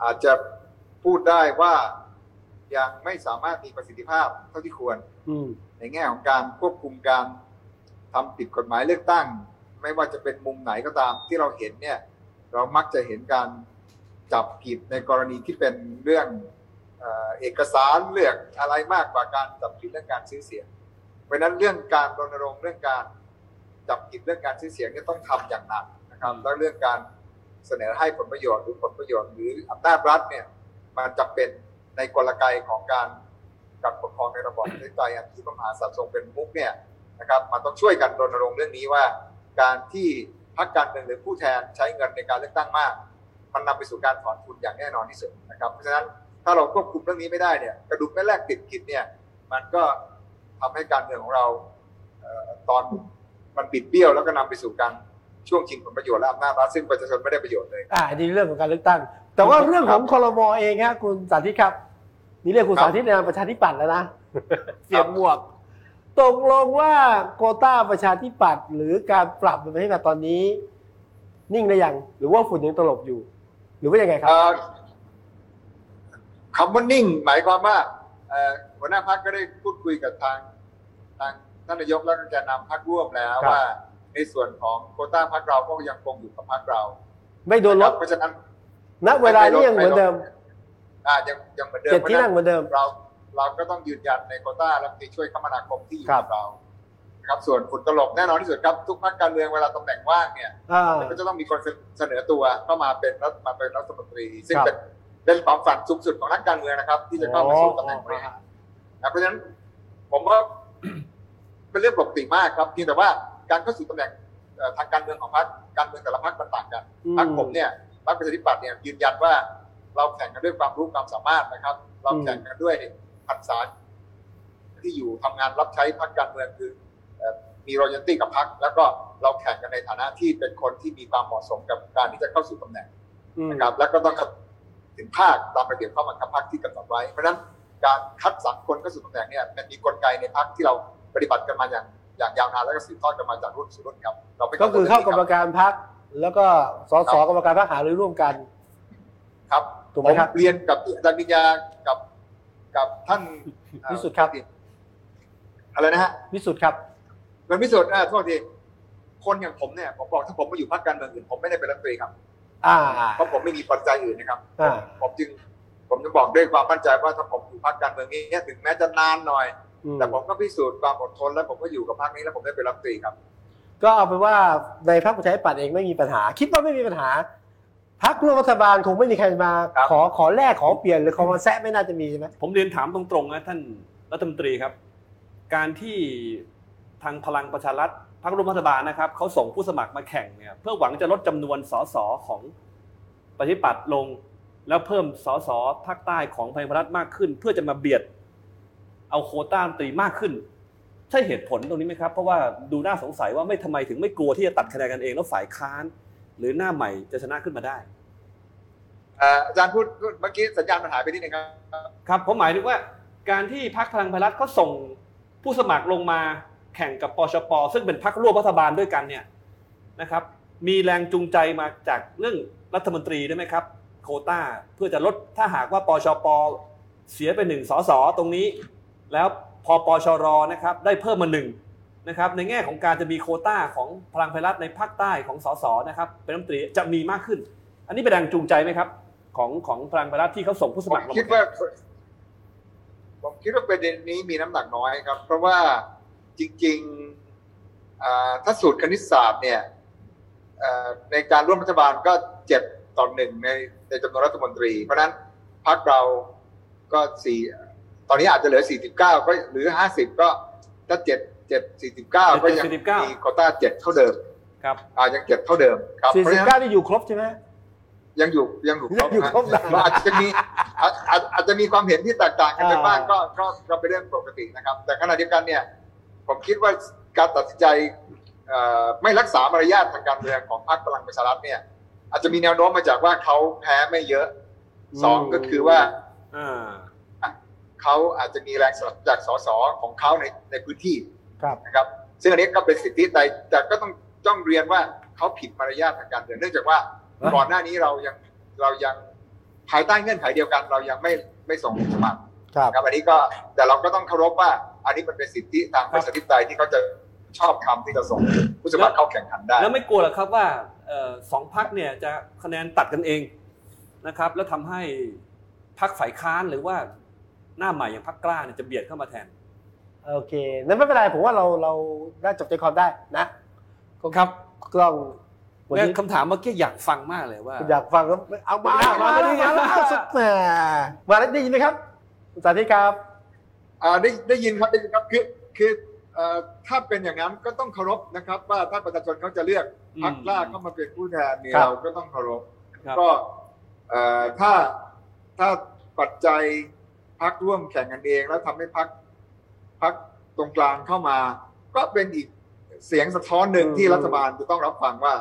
E: อาจจะพูดได้ว่ายังไม่สามารถมีประสิทธิภาพเท่าที่ควร
A: อืม
E: ในแง่ของการควบคุมการทำผิดกฎหมายเลือกตั้ง ไม่ว่าจะเป็นมุมไหนก็ตามที่เราเห็นเนี่ย เรามักจะเห็นการจับผิดในกรณีที่เป็นเรื่องเอ่อเอกสารเลือกอะไรมากกว่าการจับผิดเรื่องการซื้อเสียง เพราะฉะนั้นเรื่องการรณรงค์เรื่องการจับผิดเรื่องการซื้อเสียงเนี่ยต้องทำอย่างหนักนะครับแล้วเรื่องการเสนอให้ผลประโยชน์หรือผลประโยชน์หรืออำนาจรัฐเนี่ยมันจะเป็นในกลไกของการการปกครองในระบอบประชาธิปไตยอันที่พระมหากษัตริย์ทรงเป็นมุกเนี่ยนะครับมันต้องช่วยกันรณรงค์เรื่องนี้ว่า การที่พรรคการเมืองหรือผู้แทนใช้เงินในการเลือกตั้งมาก มันนำไปสู่การถอนทุนอย่างแน่นอนที่สุดนะครับเพราะฉะนั้นถ้าเราควบคุมเรื่องนี้ไม่ได้เนี่ยกระดุมแม่แรกติดกินเนี่ยมันก็ทำให้การเมืองของเราเอ่อตอนมันบิดเบี้ยวแล้วก็นำไปสู่การช่วงชิงผลประโยชน์และอำนาจรัฐซึ่งประชาชนไม่ได้ประโยชน์เลย
A: อ่าอันนี้เรื่องของการเลือกตั้ง แต่ว่าเรื่องของคอรมอเองฮะคุณสาธิตครับ นี่เรียกคุณ
E: ครับ
A: สาธิตในนามประชาธิปัตย์แล้วนะเสียบหมวก ตกลงว่าโควต้าประชาธิปัตย์หรือการปรับในประเทศไทยตอนนี้ นิ่งได้ยังหรือว่าฝุ่นยังตลบอยู่ หรือว่ายังไงครับ
E: เอ่อคำว่านิ่ง หมายความว่าเอ่อหัวหน้าพักก็ได้พูดคุยกับทางทางท่านนายกแล้วก็แกนนำพักร่วมแล้ว
A: ครับ
E: ว่า ในส่วนของโควต้าพักเราก็ยังคงอยู่กับพักเรา
A: ไม่โดนลด
E: เพราะฉะนั้น
A: ณเวลานี้ยังเหมือนเดิม
E: อ่ายังยังเหมือนเดิม
A: เจ็ด
E: เพราะ
A: ที่
E: ฉะ
A: นั่
E: นั้
A: ง
E: น
A: เหมือนเดิม
E: เราเราก็ต้องยืนยันในโควต้ารัฐมนตรีช่วยคมนาคมที่อยู่
A: ครั
E: กับ บเรานะครับส่วนฝุ่นตลบแน่นอนที่สุดครับ ทุกพักการเมืองเวลาตำแหน่งว่างเนี่ย
A: อ่า
E: ก็จะต้องมีคนเสนอตัวเข้ามาเป็นรัฐมาเป็นรัฐมนตรี ซึ่ง
A: ครับ
E: เป็นเป็นความฝันสูงสุดของนักการเมืองนะครับ ที่จะเข้ามาสู่ตำแหน่งบริหารนะเพราะฉะนั้นผมว่า *coughs* เป็นเรื่องปกติมากครับเพียงแต่ว่าการเข้าสู่ตำแหน่งเอ่อทางการเมืองของพรรคการเมืองแต่ละพรรคมันต่างกันพรรคผมเนี่ยพรรคประชาธิปัตย์เนี่ยยืนยันว่าเราแข่งกันด้วยความรู้ความสามารถนะครับ เราแข่งกันด้วยพันษาที่อยู่ทำงานรับใช้พรรคการเมืองคือ มีรอยัลตี้กับพัก แล้วก็เราแข่งกันในฐานะที่เป็นคนที่มีความเหมาะสมกับการที่จะเข้าสู่ตำแหน่ง
A: อืม
E: นะครับ แล้วก็ต้องถึงภาคตามระเบียบข้อบังคับพักที่กำหนดไว้ เพราะฉะนั้นการคัดสรรคนเข้าสู่ตำแหน่งเนี่ยมันมีกลไกในพักที่เราปฏิบัติกันมาอย่างอย่างยาวนานแล้วก็สืบทอดกันมาจากรุ่นสู่รุ่นครับเราไม่
A: ก็คือเข้า
E: ค
A: กรรม
E: รับ
A: การพักแล้วก็สสกรรมการพักหารือร่วมกัน
E: ครับ
A: ถูกไหมครับ
E: ผเรียนกับอาจารย์ปริญญากับกับท่านเอ่อ
A: วิสุทธิ์ครับ
E: อะไรนะฮะ
A: วิสุทธ์ครับ
E: มันพิสูจน์อ่าโทษทีคนอย่างผมเนี่ยผมบอกถ้าผมมาอยู่พรรคการเมืองอื่นผมไม่ได้เป็นรัฐมนตรีครับ
A: อ่า
E: เพราะผมไม่มีปัจจัยอื่นนะครับ
A: อ่า
E: ผมจึงผมจะบอกด้วยความมั่นใจว่าถ้าผมอยู่พรรคการเมืองนี้ถึงแม้จะนานหน่อย
A: อืม
E: แต่ผมก็พิสูจน์ความอดทนและผมก็อยู่กับพรรคนี้แล้วผมได้เป็นรัฐมนตรีครับ
A: ก็เอาเป็นว่าในพรรคประชาธิปัตย์เองไม่มีปัญหา คิดว่าไม่มีปัญหาพรรคร่วมรัฐบาลคงไม่มีใครมา
E: ครับ
A: ขอขอแลกขอเปลี่ยนหรือขอมาแซะไม่น่าจะมีใช่ไหม
C: ผมเรียนถามตรงๆนะท่านรัฐมนตรีครับ การที่ทางพลังประชารัฐพรรคร่วมรัฐบาลนะครับเขาส่งผู้สมัครมาแข่งเนี่ยเพื่อหวังจะลดจำนวนสสของประชาธิปัตย์ลง แล้วเพิ่มสสภาคใต้ของพลังประชารัฐมากขึ้น เพื่อจะมาเบียดเอาโควต้ารัฐมนตรีมากขึ้น ใช่เหตุผลตรงนี้ไหมครับ เพราะว่าดูน่าสงสัยว่าไม่ทำไมถึงไม่กลัวที่จะตัดคะแนนกันเองแล้วฝ่ายค้าน หรือหน้าใหม่จะชนะขึ้นมาได้
E: เอ่ออาจารย์พูดพูดเมื่อกี้สัญญาณมันหายไปนิดนึงครับ
C: ครับผมหมายถึงว่าการที่พักพลังพลัฐเขาส่งผู้สมัครลงมาแข่งกับปชป ซึ่งเป็นพักร่วมรัฐบาลด้วยกันเนี่ยนะครับมีแรงจูงใจมาจากเรื่องรัฐมนตรีด้วยไหมครับโควต้าเพื่อจะลดถ้าหากว่าปชป เสียไปหนึ่งสสตรงนี้ แล้วพอปชรนะครับได้เพิ่มมาหนึ่งนะครับในแง่ของการจะมีโควต้าของพลังพลัฐในภาคใต้ของสสนะครับเป็นรัฐมนตรีจะมีมากขึ้น อันนี้เป็นแรงจูงใจไหมครับของของพลังพลัฐที่เขาส่งผู้ส
E: ผม
C: มัครลง
E: คิด
C: มา
E: ว่าผมคิดว่าประเด็นนี้มีน้ำหนักน้อยครับ เพราะว่าจริงๆอ่าถ้าสูตรคณิตศาสตร์เนี่ยเอ่อในการร่วมรัฐบาลก็เจ็ดต่อหนึ่งในในจำนวนรัฐมนตรี เพราะฉะนั้นพรรคเราก็สี่ตอนนี้อาจจะเหลือสี่สิบเก้าก็หรือห้าสิบก็ถ้าเจ็ดเจ็ดสี่สิบเก้าก็ยัง
C: 49
E: มีโควต้าเจ็ดเท่าเดิม
C: ครับ
E: อ่ายังเจ็ดเท่าเดิมครับเพราะฉะนั้น
A: 49 นี่อยู่ครบใช่ไหม
E: ยังอยู่ยังอยู่
A: ยังอยู่ครบ
E: นะ
A: นะ
E: อาจจะมีอาจอาจอาจจะมีความเห็นที่แตกต่างกันไป
A: อ่า
E: บ้างก็ก็ก็เป็นเรื่องปกตินะครับ แต่ขณะเดียวกันเนี่ย ผมคิดว่าการตัดสินใจเอ่อไม่รักษามารยาททางการเมืองของพรรคพลังประชารัฐเนี่ย อาจจะมีแนวโน้มมาจากว่าเขาแพ้ไม่เยอะสองก็คือว่า
C: อ่า
E: เขาอาจจะมีแรงสนับสนุนจากสสของเขาในในพื้นที่
A: ครับ
E: นะครับ ซึ่งอันนี้ก็เป็นสิทธิแต่แต่ก็ต้องต้องเรียนว่าเขาผิดมารยาททางการเมืองเนื่องจากว่าก่อนหน้านี้เรายังเรายังภายใต้เงื่อนไขเดียวกัน เรายังไม่ไม่ส่งสมัคร
A: ครับ
E: นะครับอันนี้ก็แต่เราก็ต้องเคารพว่า อันนี้มันเป็นสิทธิทางประชาธิปไตยที่เขาจะชอบทำที่จะส่งผู้สมัครเข้าแข่งขันได้
C: แล้วไม่กลัวหรอครับว่าเอ่อสองพักเนี่ยจะคะแนนตัดกันเองนะครับ แล้วทำให้พักฝ่ายค้านหรือว่าหน้าใหม่อย่างพักกล้าเนี่ยจะเบียดเข้ามาแทน
A: โอเคนั้นไม่เป็นไรผมว่าเราเราได้จบใจความได้นะ
C: ครับ
A: กล้องวัน
C: เนี่ย
A: นี้
C: คำถามเมื่อกี้อยากฟังมากเลยว่า
A: อยากฟังก็เอามา
C: เอามา
A: มาแล้ว
C: เอา
A: มา
C: มา
A: แล้วเอาสุดแหมมาแล้วได้ยินไหมครับคุณสาธิตครับ
E: อ่าได้ได้ยินครับได้ยินครับคือคือเอ่อถ้าเป็นอย่างนั้นก็ต้องเคารพนะครับ ว่าถ้าประชาชนเขาจะเลือกพรรคกล้าเข้ามาเป็นผู้แทนเนี่ย
A: ครับ
E: เราก็ต้องเคารพ
C: ครับ
E: ก็เอ่อถ้าถ้าปัจจัยพรรคร่วมแข่งกันเอง แล้วทำให้พรรคพรรคตรงกลางเข้ามา ก็เป็นอีกเสียงสะท้อนหนึ่งที่รัฐบาลจะต้องรับฟังว่า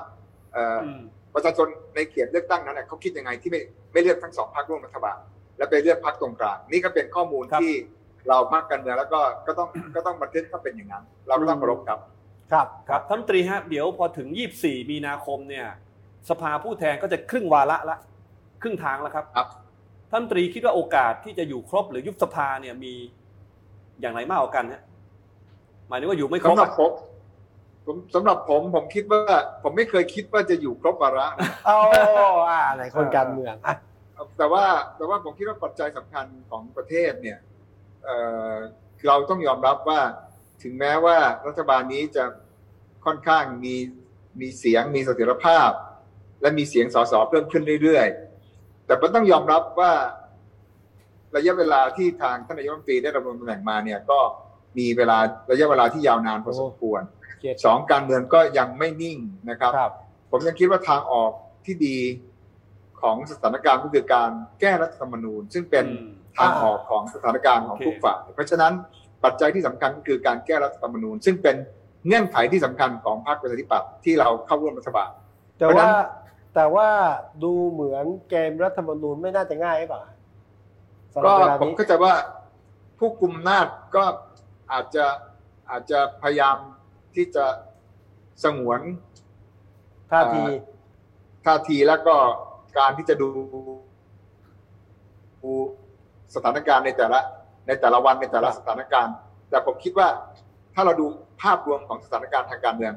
E: เอ่ออ
C: อืม
E: ประชาชนในเขตเลือกตั้งนั้นน่ะเขาคิดยังไงที่ไม่ไม่เลือกทั้งสองพรรคร่วมรัฐบาลและไปเลือกพรรคตรงกลางนี่ก็เป็นข้อมูล
C: ครับ
E: ที่เรามากกันเมืองแล้วก็ก็ต้องก็ต้องบันทึกถ้าเป็นอย่างนั้น เราก็ต้องเคารพครับ
A: ครับ
C: ครับท่านรัฐมนตรีฮะเดี๋ยวพอถึง 24 มีนาคมเนี่ย สภาผู้แทนก็จะครึ่งวาระละ ครึ่งทางแล้วครับ
E: ครับ
C: ท่านรัฐมนตรีคิดว่าโอกาสที่จะอยู่ครบหรือยุบสภาเนี่ยมีอย่างไรมากกว่ากันฮะหมายถึงว่าอยู่ไม่ครบ
E: สำหรั
C: อะ
E: บผมผมสำหรับผมผมคิดว่า ผมไม่เคยคิดว่าจะอยู่ครบวาระนะ
A: เอาอ่าอะไรคนการเมืองอ่ะ
E: แต่ว่าแต่ว่าผมคิดว่าปัจจัยสำคัญของประเทศเนี่ยเอ่อเราต้องยอมรับว่าถึงแม้ว่ารัฐบาลนี้จะค่อนข้างมีมีเสียงมีเสถียรภาพ และมีเสียงสสเพิ่มขึ้นเรื่อยๆ แต่ก็ต้องยอมรับว่าระยะเวลาที่ทางท่านนายกรัฐมนตรีได้ดำรงตำแหน่งมาเนี่ยก็มีเวลาระยะเวลาที่ยาวนานพอสมควร
A: เจ็ด
E: สองการเมืองก็ยังไม่นิ่งนะครับ
A: ครับ
E: ผมยังคิดว่าทางออกที่ดีของสถานการณ์ก็คือการแก้รัฐธรรมนูญ ซึ่งเป็น
C: อืม
E: ทางออกของสถานการณ์ของ
C: โอเค
E: ทุกฝ่ายเพราะฉะนั้นปัจจัยที่สำคัญก็คือการแก้รัฐธรรมนูญ ซึ่งเป็นเงื่อนไขที่สำคัญของพรรคประชาธิปัตย์ที่เราเข้าร่วมรัฐบาล
A: แต่
E: เพราะฉะนั้
A: ว่าน แต่ว่าดูเหมือนเกมรัฐธรรมนูญไม่น่าจะง่ายหรือเปล่าสำหรั
E: ก็
A: บเวลา
E: ผม
A: นี้
E: เข้าใจว่าผู้กลุ่มอำนาจก็อาจจะอาจจะพยายามที่จะสงวน
A: ท่าที
E: ท่าทีแล้วก็การที่จะดูดูสถานการณ์ในแต่ละ ในแต่ละวันในแต่ละสถานการณ์ แต่ผมคิดว่าถ้าเราดูภาพรวมของสถานการณ์ทางการเมือง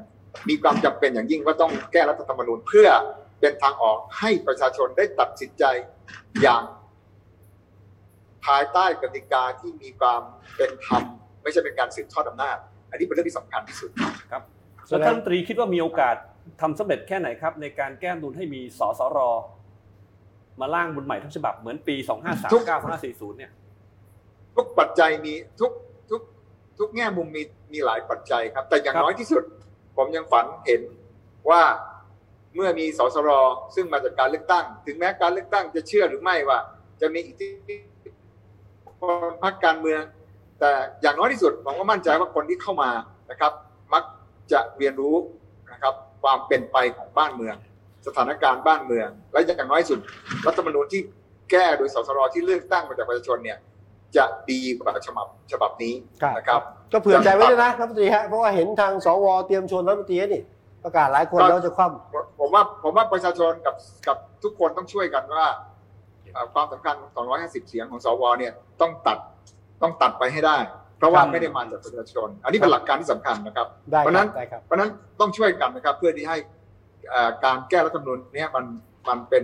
E: มีความจำเป็นอย่างยิ่งว่าต้องแก้รัฐธรรมนูญเพื่อเป็นทางออกให้ประชาชนได้ตัดสินใจอย่าง ภายใต้กติกาที่มีความเป็นธรรมไม่ใช่เป็นการสืบทอดอำนาจ อันนี้เป็นเรื่องที่สำคัญที่สุด
C: แล้วท่านรัฐมนตรีคิดว่ามีโอกาสทำสำเร็จแค่ไหนครับ ในการแก้รัฐธรรมนูนให้มีสสร มาล่างบุญใหม่ทั้งฉบับเหมือนปี
E: ทุก
C: 2539 2540 เนี่ย
E: ทุกปัจจัยมีทุกทุกทุกแง่มุมมีมีหลายปัจจัยครับ แต่อย่าง
C: ครับ
E: น้อยที่สุด ผมยังฝันเห็นว่าเมื่อมีสสรซึ่งมาจากการเลือกตั้ง ถึงแม้การเลือกตั้งจะเชื่อหรือไม่ว่า จะมีอิทธิพลพรรคการเมือง แต่อย่างน้อยที่สุดผมก็มั่นใจว่าคนที่เข้ามานะครับ มักจะเรียนรู้นะครับ ความเป็นไปของบ้านเมือง สถานการณ์บ้านเมือง และอย่างน้อยสุด รัฐธรรมนูญที่แก้โดยสสรที่เลือกตั้งมาจากประชาชนเนี่ย จะดีกว่าฉบับฉบับนี้
A: ครับ
E: นะครับ
A: ก็เผื่อใจไว้ด้วยนะรัฐมนตรีฮะเพราะว่าเห็นทางสวเตรียมชวนรัฐมนตรีนี่ประกาศหลายคน
E: ครับ
A: แล้วจะคว่
E: ผมว่าผมว่าประชาชนกับกับทุกคนต้องช่วยกันว่าเอ่อความสำคัญของ 250 เสียงของสวเนี่ยต้องตัดต้องตัดไปให้ได้ เพราะว่าไม่ได้มาจากประชาชน อันนี้เป็นหลักการที่สำคัญนะครับ
A: ำได้
E: เพราะฉะนั้น
A: ได้ครับ
E: เพราะฉะนั้นต้องช่วยกันนะครับ เพื่อที่ให้เอ่อการแก้รัฐธรรมนูญเนี่ยมันมันเป็น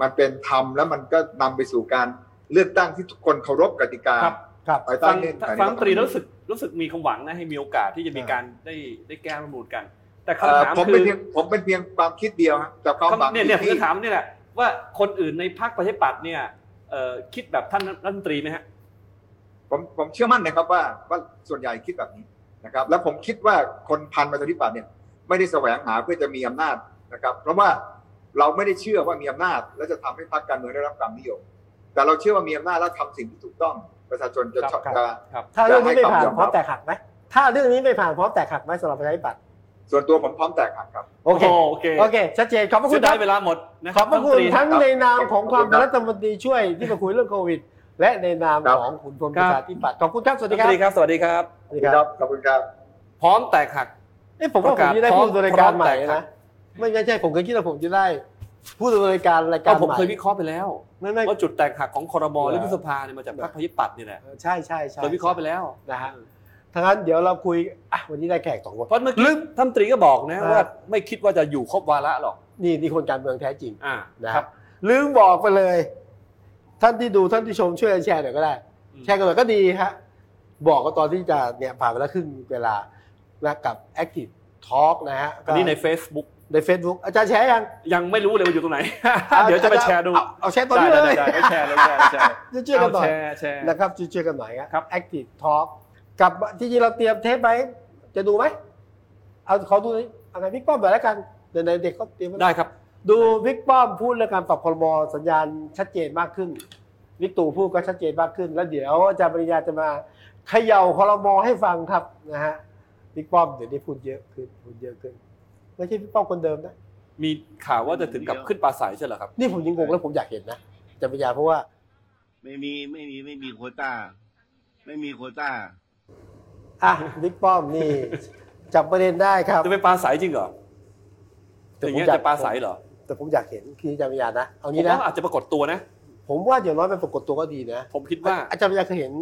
E: มันเป็นธรรมแล้วมันก็นำไปสู่การเลือกตั้งที่ทุกคนเคารพกติกา
C: ครับ
A: ครับ
E: ภายใต้
C: ฟัง
E: เงื่อนไข
C: ฟังรัฐ
E: ใน
C: มน
E: ฐธม
C: ตรี
E: ญ
C: รู้สึกรู้สึกมีความหวังนะให้มีโอกาสที่จะมีการได้ได้แก้รัฐธรรมนูนกัน แต่
E: เอ่
C: คำ
E: อ
C: ถาม
E: ผม
C: คื
E: เป็น
C: อ
E: เพียงผมเป็นเพียงความคิดเดียวฮะแต่ความหวัง
C: คำเนี่ยเนี่ยผม
E: ที่
C: จะถามนี่แหละว่าคนอื่นในพรรคประชาธิปัตย์เนี่ยเอ่อคิดแบบท่านรัฐมนตรีไหมฮะ
E: ผมผมเชื่อมั่นนะครับว่าว่าส่วนใหญ่คิดแบบนี้นะครับ แล้วผมคิดว่าคนพันประชาธิปัตย์เนี่ยไม่ได้แสวงหาเพื่อจะมีอำนาจนะครับ เพราะว่าเราไม่ได้เชื่อว่ามีอำนาจ และจะทำให้พรรคการเมืองได้รับความนิยม แต่เราเชื่อว่ามีอำนาจและทำสิ่งที่ถูกต้องประชาชนจะ
C: ครับ
E: ชอบ
A: ครับ
E: จะ
A: ถ้าเรื่องนี้ไม่
E: อยากให้
A: ผ่าน
E: ความยอมรับ
A: พร้อมแตกหักไหมถ้าเรื่องนี้ไม่ผ่านพร้อมแตกหักไหมสำหรับประชาธิปัตย์
E: ส่วนตัวผมพร้อมแตกหักครับ
A: โอเค
C: โอเค
A: โอเค ชัดเจนขอบพระคุ
C: เสี
A: ณค
C: ยดา
A: รั
C: ย
A: บ
C: เวลาหมดนะ
A: ขอบพระคุณ
C: ท่า
A: ทั้
C: น
A: ง
C: รัฐมนต
A: ในนามของความเป็น
E: ครับ
A: รัฐมนตรีช่วยที่มาคุยเรื่องโควิด และในนามของขุนพล
C: ค
A: ป
C: รับ
A: ระชาธิปัตย์ขอบคุณครับสวัสดี
C: รี
A: ค
C: ค
A: รั
C: รั
A: บบ
C: สวัสดีครับ
A: สวัสดีครับ
E: ขอบคุณครับ
C: พร้อมแตกหัก
A: เอ้ผมว่า
C: ป
A: ผม
C: ระกาศ
A: จะได้
C: พร้อ
A: พูด
C: ม
A: ดำเนินการใหม่
C: พร้อมแตกหั
A: นะ
C: ก
A: ไม่ใช่ใช่ผมเคยคิดว่าผมจะได้พูดดำเนินการรายการ
C: ก็
A: ให
C: ผม
A: ม่
C: เคยวิเคราะห์ไปแล้ว
A: ไม่ไม่
C: ว่าจุดแตกหักของคอรมอ
A: เหรอ
C: และยุบสภาเนี่ยมาจากพรรคประชาธิปัตย์นี่แหละ
A: เออใช่ใช่ใช่
C: เคยวิเคราะห์ไปแล้ว
A: นะฮะทั้งนั้นเดี๋ยวเราคุยอ่ะวันนี้ได้แขกสองคน
C: เพราะเมื่อกี้ท่านตรีก็บอกนะ
A: อ่า
C: ว่าไม่คิดว่าจะอยู่ครบวาระหรอก
A: นี่นี่คนการเมืองแท้จริง
C: อ่า
A: นะ
C: ค
A: ค
C: รั
A: รับ บลืมบอกไปเลย ท่านที่ดูท่านที่ชมช่วยกันแชร์หน่อยก็ได้
C: อืม
A: แชร์กันหน่อยก็ดีฮะบอกก็ตอนที่จะเนี่ยผ่านไปแล้วครึ่งเวลานะกับ Active Talk นะฮะ
C: อันนี้ใน
A: ก็
C: Facebook
A: ใน Facebook อาจารย์แชร์ยัง
C: ยังไม่รู้เลยว่าอยู่ตรงไหน เดี๋ยวจะไปแชร์ดู
A: เอาเอาแชร์ตอนนี้เลย
C: ได้ได้ได้ได้แชร์เลยแชร์แชร์
A: จะช่วยๆกันหน่
C: เอา
A: อย
C: แชร์แชร์
A: นะครับช่วยๆกันหน่อย
C: ครับ
A: Active Talk กับที่จริงเราเตรียมเทปไว้จะดูไหมเอาขอดูหน่อยเอาไงพี่ป้อมไปแล้วกันเดี๋ยวในเด็กเขาเตรียมไว้
C: ได้ครับ
A: ดูบิ๊กป้อมพูดเรื่องการปรับพรมสัญญาณชัดเจนมากขึ้นวิกตู่พูดก็ชัดเจนมากขึ้น แล้วเดี๋ยวอาจารย์ปริญญาจะมาเขย่าคอรมอให้ฟังครับนะฮะบิ๊กป้อมเดี๋ยวนี้พูดเยอะขึ้นพูดเยอะขึ้น ไม่ใช่บิ๊กป้อมคนเดิมนะ
C: มีข่าวว่าจะถึงกับขึ้นปลาใสใช่เหรอครับ
A: นี่ผมยิงงงแล้วผมอยากเห็นนะอาจะพยายามเพราะว่า
F: ไม่มีไม่มีไม่มีโควต้า ไม่มีโควต้า
A: อ่ะบิ๊กป้อมนี่ จับประเด็นได้ครับ
C: จะไปปลาใสจริงเหรอ
A: แต่
C: อ
A: ผม
C: ย่างเงี้ย
A: อยาก
C: จะปลาใสเหรอ
A: แต่ผมอยากเห็นคืออาจารย์ปัญญานะเอา
C: ผม
A: งี้นะ
C: ว่าอาจจะปรากฏตัวนะ
A: ผมว่าอย่างน้อยไปปรากฏตัวก็ดีนะ
C: ผมคิดว่า
A: อาจารย์ปัญญาเคยเห็น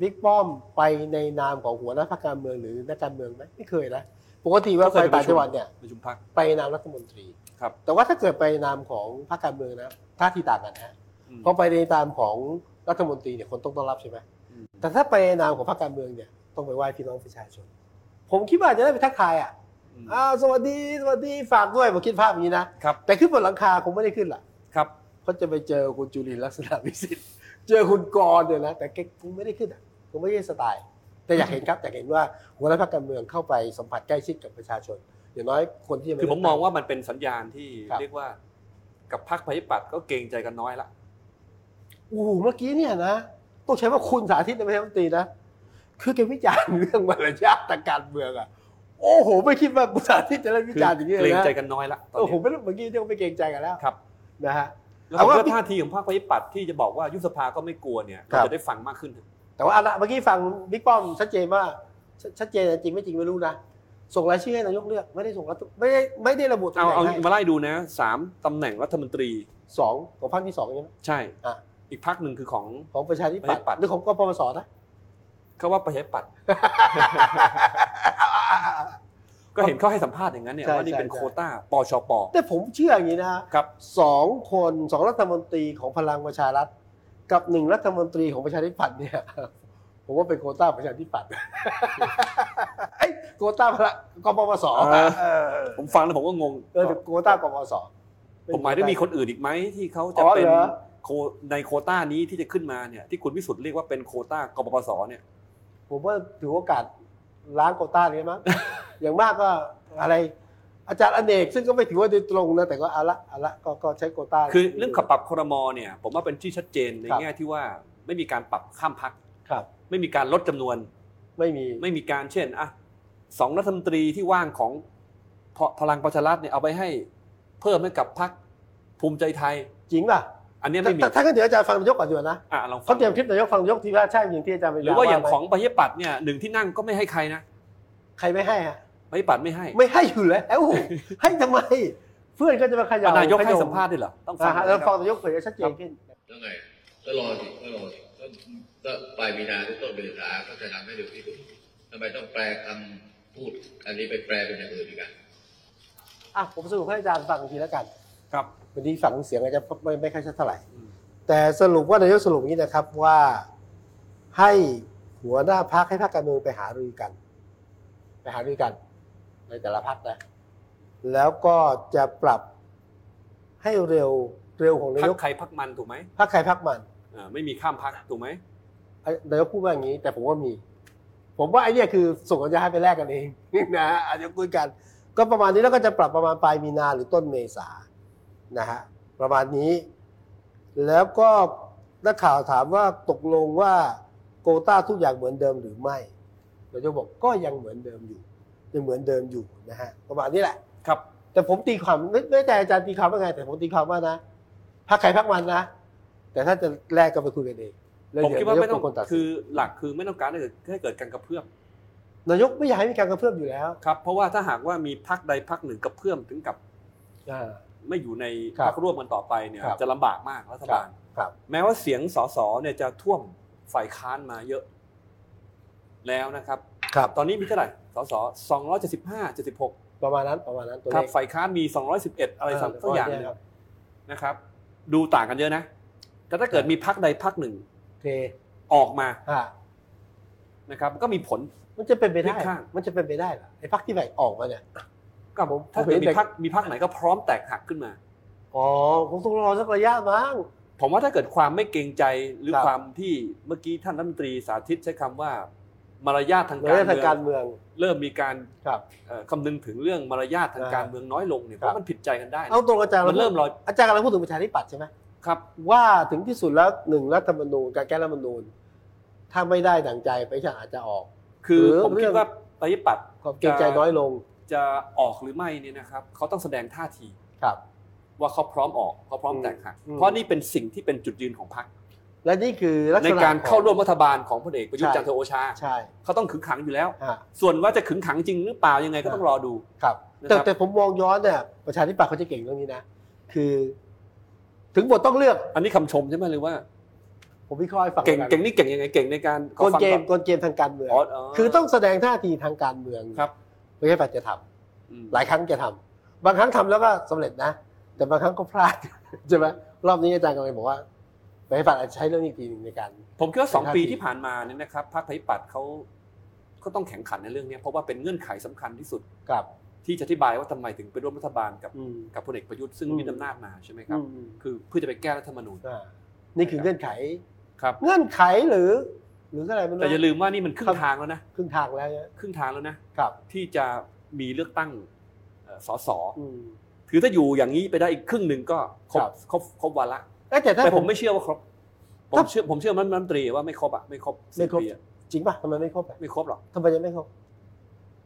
A: บิ๊กป้อมไปในนามของหัวหน้าพรรคการเมืองหรือนักการเมืองไหมไม่เคยนะปกติว่า
C: ไม่
A: ไป
C: เคย
A: ต่าง
C: ไปประชุม
A: จังหวัดเนี่ย
C: ประชุมพัก
A: ไปในนามรัฐมนตรี
C: ครับ
A: แต่ว่าถ้าเกิดไปในนามของพรรคการเมืองนะท่าทีต่างกันนะ
C: อืม
A: เพราะไปในนามของรัฐมนตรีเนี่ยคนต้องต้อนรับใช่ไหม
C: อืม
A: แต่ถ้าไปในนามของพรรคการเมืองเนี่ยต้องไปไหว้พี่น้องประชาชน ผมคิดว่าจะได้ไปทักทายอ่ะ
C: อืม
A: อ่าสวัสดีสวัสดีฝากด้วยผมคิดภาพอย่างนี้นะ
C: ครับ
A: แต่ขึ้นบนหลังคาคงไม่ได้ขึ้นหรอก
C: ครับ
A: เพราะจะไปเจอคุณจุลินลักษณะวิสิทธิ์เจอคุณกรณ์เนี่ยนะ แต่แกคงไม่ได้ขึ้นอ่ะคงไม่ใช่สไตล์ แต่อยากเห็นครับ แต่เห็นว่าหัวหน้าพรรคการเมืองเข้าไปสัมผัสใกล้ชิดกับประชาชน อย่างน้อยคนที่ยังไ
C: คือผม
A: ได้
C: มองว่ามันเป็นสัญญาณที่
A: ครับ
C: เรียกว่า กับพรรคประชาธิปัตย์ก็เกรงใจกันน้อยละ
A: โอ้โหเมื่อกี้เนี่ยนะต้องใช้ว่าคุณสาธิตนะไม่ใช่รัฐมนตรีนะ คือแกวิจารณ์เรื่องมารยาททางการเมืองอ่ะโอ้โห ไม่คิดว่าคุณสาธิตจะเล่นวิ
C: คื
A: จารณ์อย่างนี้
C: เก
A: เล
C: ร
A: ย
C: ง
A: นะ
C: ใจกันน้อยละตอน
A: โอ้โห
C: นี้
A: ไม่ต้องเมื่อกี้เรียกว่าไม่เกรงใจกันแล้ว
C: ครับ
A: นะฮะ
C: แล้วผม
A: เอาว่า
C: ว่าท่าทีของพรรคประชาธิปัตย์ที่จะบอกว่ายุบสภาก็ไม่กลัวเนี่ย
A: ครับ
C: เราจะได้ฟังมากขึ้น
A: แต่ว่าเอาละเมื่อกี้ฟังบิ๊กป้อมชัดเจนว่าชชัดเจนจริงไม่จริงไม่รู้นะ ส่งรายชื่อให้นายกเลือกไม่ได้ส่งรัฐไม่ได้ไม่ได้ระบุตำ
C: เอา
A: แหน่ง
C: เอา
A: ให้
C: มาไล่ดูนะสามตำแหน่งรัฐมนตรี
A: สองของพรรคที่สองใช่ไหม
C: ใช่
A: อ่ะ
C: อีกพรรคหนึ่งคือของ
A: ของประชาธิปัต
C: ประชาธิปัตย์
A: ย์หรือของกปปสนะ
C: เขาว่าประชาธิปัตย์ ก็เห็นเขาให้สัมภาษณ์อย่างนั้นเนี่ย
A: ใช่
C: ว่านี่
A: ใช่
C: เป็น
A: ใช่
C: โควต้าปชป
A: แต่ผมเชื่ออย่างนี้นะครับ สองคนสองรัฐมนตรีของพลังประชารัฐ กับหนึ่งรัฐมนตรีของประชาธิปัตย์เนี่ย *laughs* ผมว่าเป็นโควต้าประชาธิปัตย์ *laughs* ไอ้ยโควต้าพลังกปปส
C: เออ
A: เออ
C: ผมฟังแล้วผมก็งง
A: เออแต่โควต้ากปปส
C: ผมหมายถึงมีคนอื่นอีกไหมที่เขาจะ
A: อ๋อ
C: เป็น
A: เหรอ
C: โคในโควต้านี้ที่จะขึ้นมาเนี่ยที่คุณวิสุทธ์เรียกว่าเป็นโควต้ากปปสเนี่ย
A: ผมว่าถือโอกาสล้างโควต้านี้มั้ง *laughs* อย่างมากก็อะไร อาจารย์อเนกซึ่งก็ไม่ถือว่าโดยตรงนะ แต่ก็เอาละเอาละก็ก็ใช้โควต้า
C: คือเรื่องขับปรับครมเนี่ยผมว่าเป็นที่ชัดเจนใน
A: ครับ
C: แง่ที่ว่าไม่มีการปรับข้ามพัก
A: ครับ
C: ไม่มีการลดจำนวน
A: ไม่มี
C: ไม่มีการเช่นอ่ะสองรัฐมนตรีที่ว่างของพพลังประชารัฐเนี่ยเอาไปให้เพิ่มให้กับพรรคภูมิใจไทย
A: จริงป่ะ
C: อันเนี้ยไม่มี
A: แต่ถ้าก็เดี๋ยวอาจารย์ฟังนายกก่อนดีกว่านะ
C: อ่ะลองฟั
A: เขา
C: ง
A: เตรียมคลิปนายกฟังนายกที่ว่าใช่อย่างที่อาจารย์ไป
C: หรือว่าอย่างของประชาธิปัตย์เนี่ยหนึ่งที่นั่งก็ไม่ให้ใครนะ
A: ใครไม่ให้ฮะ
C: ประชาธิปัตย์ไม่ให้
A: ไม่ให้อยู่แล้ว *laughs* ให้ทำไม เพื่อนก็จะมาขยับ
C: นายกให้สัมภาษณ์ด้วยเหรอต้องฟัง
A: อ่าฮะแล้วฟังนายกเผยให้ชัดเจนขึ้น
G: แล้วไงก็รอสิก็รอสิก็ก็ปลายมีนาหรือต้นเมษาก็จะทำให้เร็วที่สุดทำไมต้องแปลคำพูด อันนี้ไปแปลเป็นอย่างอื่นอีกอะ
A: อ่ะผมสรุปให้อาจารย์ฟังอีกทีแล้วกัน
C: ครับ
A: วันนี้ฟังเสียงอาจจะไม่ไม่ค่อยชัดเท่าไหร่
C: อืม
A: แต่สรุปว่านายกสรุปอย่างนี้นะครับว่าให้หัวหน้าพักให้พักการเมืองไปหารือกัน ไปหารือกัน ในแต่ละพักนะ แล้วก็จะปรับให้เร็วเร็วของนา
C: พั
A: ย
C: ก
A: ก
C: ใครพักมันถูกไหม
A: พักใครพักมัน
C: อ่าไม่มีข้ามพักถูกไหม
A: ไอ้นายกพูดว่าอย่างนี้ แต่ผมว่ามี ผมว่าไอ้เนี่ยคือส่งกันจะให้ไปแลกกันเอง *laughs* นะอาจจะคุยกัน ก็ประมาณนี้แล้วก็จะปรับประมาณปลายมีนาหรือต้นเมษานะฮะประมาณนี้ แล้วก็นักข่าวถามว่าตกลงว่าโกต้าทุกอย่างเหมือนเดิมหรือไม่นายกบอกก็ยังเหมือนเดิมอยู่ยังเหมือนเดิมอยู่นะฮะประมาณนี้แหละ
C: ครับ
A: แต่ผมตีความไม่ไม่แต่อาจารย์ตีความว่าไง แต่ผมตีความว่านะพักใครพักมันนะ แต่ถ้าจะแลกก็ไปคุยกันเองแล้
C: ผม
A: เย
C: คิดว่าไม่ต้อ
A: นย
C: ง
A: กเป็นนตัดสิน
C: คือหลักคือไม่ต้องการให้เกิดให้เกิดการกระเพื่อม
A: นายกไม่อยากให้มีการกระเพื่อมอยู่แล้ว
C: ครับเพราะว่าถ้าหากว่ามีพักใดพักหนึ่งกระเพื่อมถึงกับ
A: อ่า
C: ไม่อยู่ใน
A: ครับ
C: พักร่วมกันต่อไปเนี่ย
A: ครับ
C: จะลำบากมากรัฐบาล
A: ครับ
C: แม้ว่าเสียงสสเนี่ยจะท่วมฝ่ายค้านมาเยอะ แล้วนะครับ
A: ครับ
C: ตอนนี้มีเท่าไหร่สสสองร้อยเจ็ดสิบห้าเจ็ดสิบหก
A: ประมาณนั้นประมาณนั้นตัว
C: ครับ
A: เลข
C: ฝ่ายค้านมีสองร้อยสิบเอ็ดอะไรสักสักอย่างหนึ่ง
A: เครับ
C: นะครับ ดูต่างกันเยอะนะ แต่ถ้าเกิดมีพักใดพักหนึ่ง
A: เท
C: ออกมา
A: อ่า
C: นะครับ ก็มีผล
A: มันจะเป็นไปได้
C: พลิกข้าง
A: มันจะเป็นไปได้เหรอไอ้พักที่ไหนออกมาเนี่ย
C: ก็
A: ผม
C: ถ้า
A: ผ
C: เกิด
A: มเห็น
C: มี
A: แต่
C: พักมีพักไหนก็พร้อมแตกหักขึ้นมา
A: อ๋อคงต้องรอสักระยะมั้ง
C: ผมว่าถ้าเกิดความไม่เกรงใจหรือ
A: ครับ
C: ความที่เมื่อกี้ท่านรัฐมนตรีสาธิตใช้คำว่า มารยาททาง
A: ใน
C: การ
A: เรื่องทางการ
C: เมือง
A: เมือง
C: เริ่มมีการ
A: ครับ
C: เอ่อคำนึงถึงเรื่องมารยาททาง
A: อ่า
C: การเมืองน้อยลงเนี่ย
A: ค
C: เพ
A: รับ
C: ราะมันผิดใจกันได้นะ
A: เอาตรงอาจารย์
C: มันเริ่มลอย
A: อาจารย์กำลังพูดถึงประชาธิปัตย์ใช่ไหม
C: ครับ
A: ว่าถึงที่สุดแล้วหนึ่งรัฐธรรมนูญการแก้รัฐธรรมนูญ ถ้าไม่ได้ดั่งใจไปชาอาจจะออก
C: คื
A: ห
C: อ
A: รือ
C: ผม
A: เรื่อ
C: คิด
A: ง
C: ว่าปฏิปัตย์
A: ความเกรงใจน้อยลง
C: จะออกหรือไม่เนี่ยนะครับเขาต้องแสดงท่าที
A: ครับ
C: ว่าเขาพร้อมออกเขาพร้อมแตกหัก
A: อืม
C: เพราะนี่เป็นสิ่งที่เป็นจุดยืนของพรรค
A: และนี่คือลักษ
C: ใน
A: ณะ
C: การเข้าร่วม
A: ของ
C: รัฐบาลของพลเอกประยุท
A: ใช่
C: ธ์จันทร์โอชา
A: ใช่
C: เขาต้องขึงขังอยู่แล้ว
A: ฮะ
C: ส่วนว่าจะขึงขังจริงหรือเปล่ายังไงก็ต้องรอดู
A: ครับ
C: นะค
A: แต่
C: รับ
A: แต่ผมมองย้อนเนี่ยประชาธิปัตย์เขาจะเก่งเรื่องนี้นะ คือ ถึงบทต้องเลือก
C: อันนี้คำชมใช่ไหมหรือว่า
A: ผมวิเคราะห์ให้ฟัง
C: เก่ง
A: แล้ว
C: เก่งนี่เก่งยังไงเก่งในการ
A: กล
C: ฟัง
A: เกม
C: อน
A: กลเกมทางการเมือง
C: อ๋ออ๋
A: คือต้องแสดงท่าทีทางการเมือง
C: ครับ
A: ประชาธิปัตย์จะทำ
C: อืม
A: หลายครั้งจะทำบางครั้งทำแล้วก็สำเร็จนะ แต่บางครั้งก็พลาด *laughs* ใช่ไหมรอบนี้อาจารย์กำลังบอกว่าประชาธิปัตย์อาจจะใช้เรื่องนี้อีกทีหนึงในการ
C: ผมคิดว่าสอง
A: ท่า
C: ปี
A: ที
C: ที่ผ่านมาเนี่ยนะครับพรรคไทยปัตย์เขาก็ต้องแข่งขันในเรื่องเนี้ยเพราะว่าเป็นเงื่อนไขสำคัญที่สุด
A: กลับ
C: ที่จะอธิบายว่าทำไมถึงไปร่วมรัฐบาลกับ
A: อืม
C: กับพลเอกประยุทธ์ซึ่ง
A: อืม
C: มีอำนาจมาใช่ไหมครับ
A: อืม
C: คือเพื่อจะไปแก้รัฐธรรมนูญ
A: อ่านี่คือเงื่อนไข
C: ครับ
A: เงื่อนไขหรือ หรืออะไรไม่รู้
C: แต่อย่าลืมว่านี่มันครึ่งทางแล้วนะ
A: ครึ่งทางแล้วเนี่ย
C: ครึ่งทางแล้วนะครับ ที่จะมีเลือกตั้งเอ่อสส
A: อืม
C: ถือถ้าอยู่อย่างนี้ไปได้อีกครึ่งหนึ่งก็ครบ
A: ครับ
C: ครบครบวาระ
A: เอ้ยแต่ถ้า
C: แต่ผมไม่เชื่อว่าครบผ
A: ถ้าม
C: เชื่อผมเชื่อมันรัฐมนตรีว่าไม่ครบอ่ะไม่ครบ
A: ไม่ครบ
C: สี่ปีอะ
A: จริงป่ะทำไมไม่ครบอะ
C: ไม่ครบหรอก
A: ทำไมยังไม่ครบ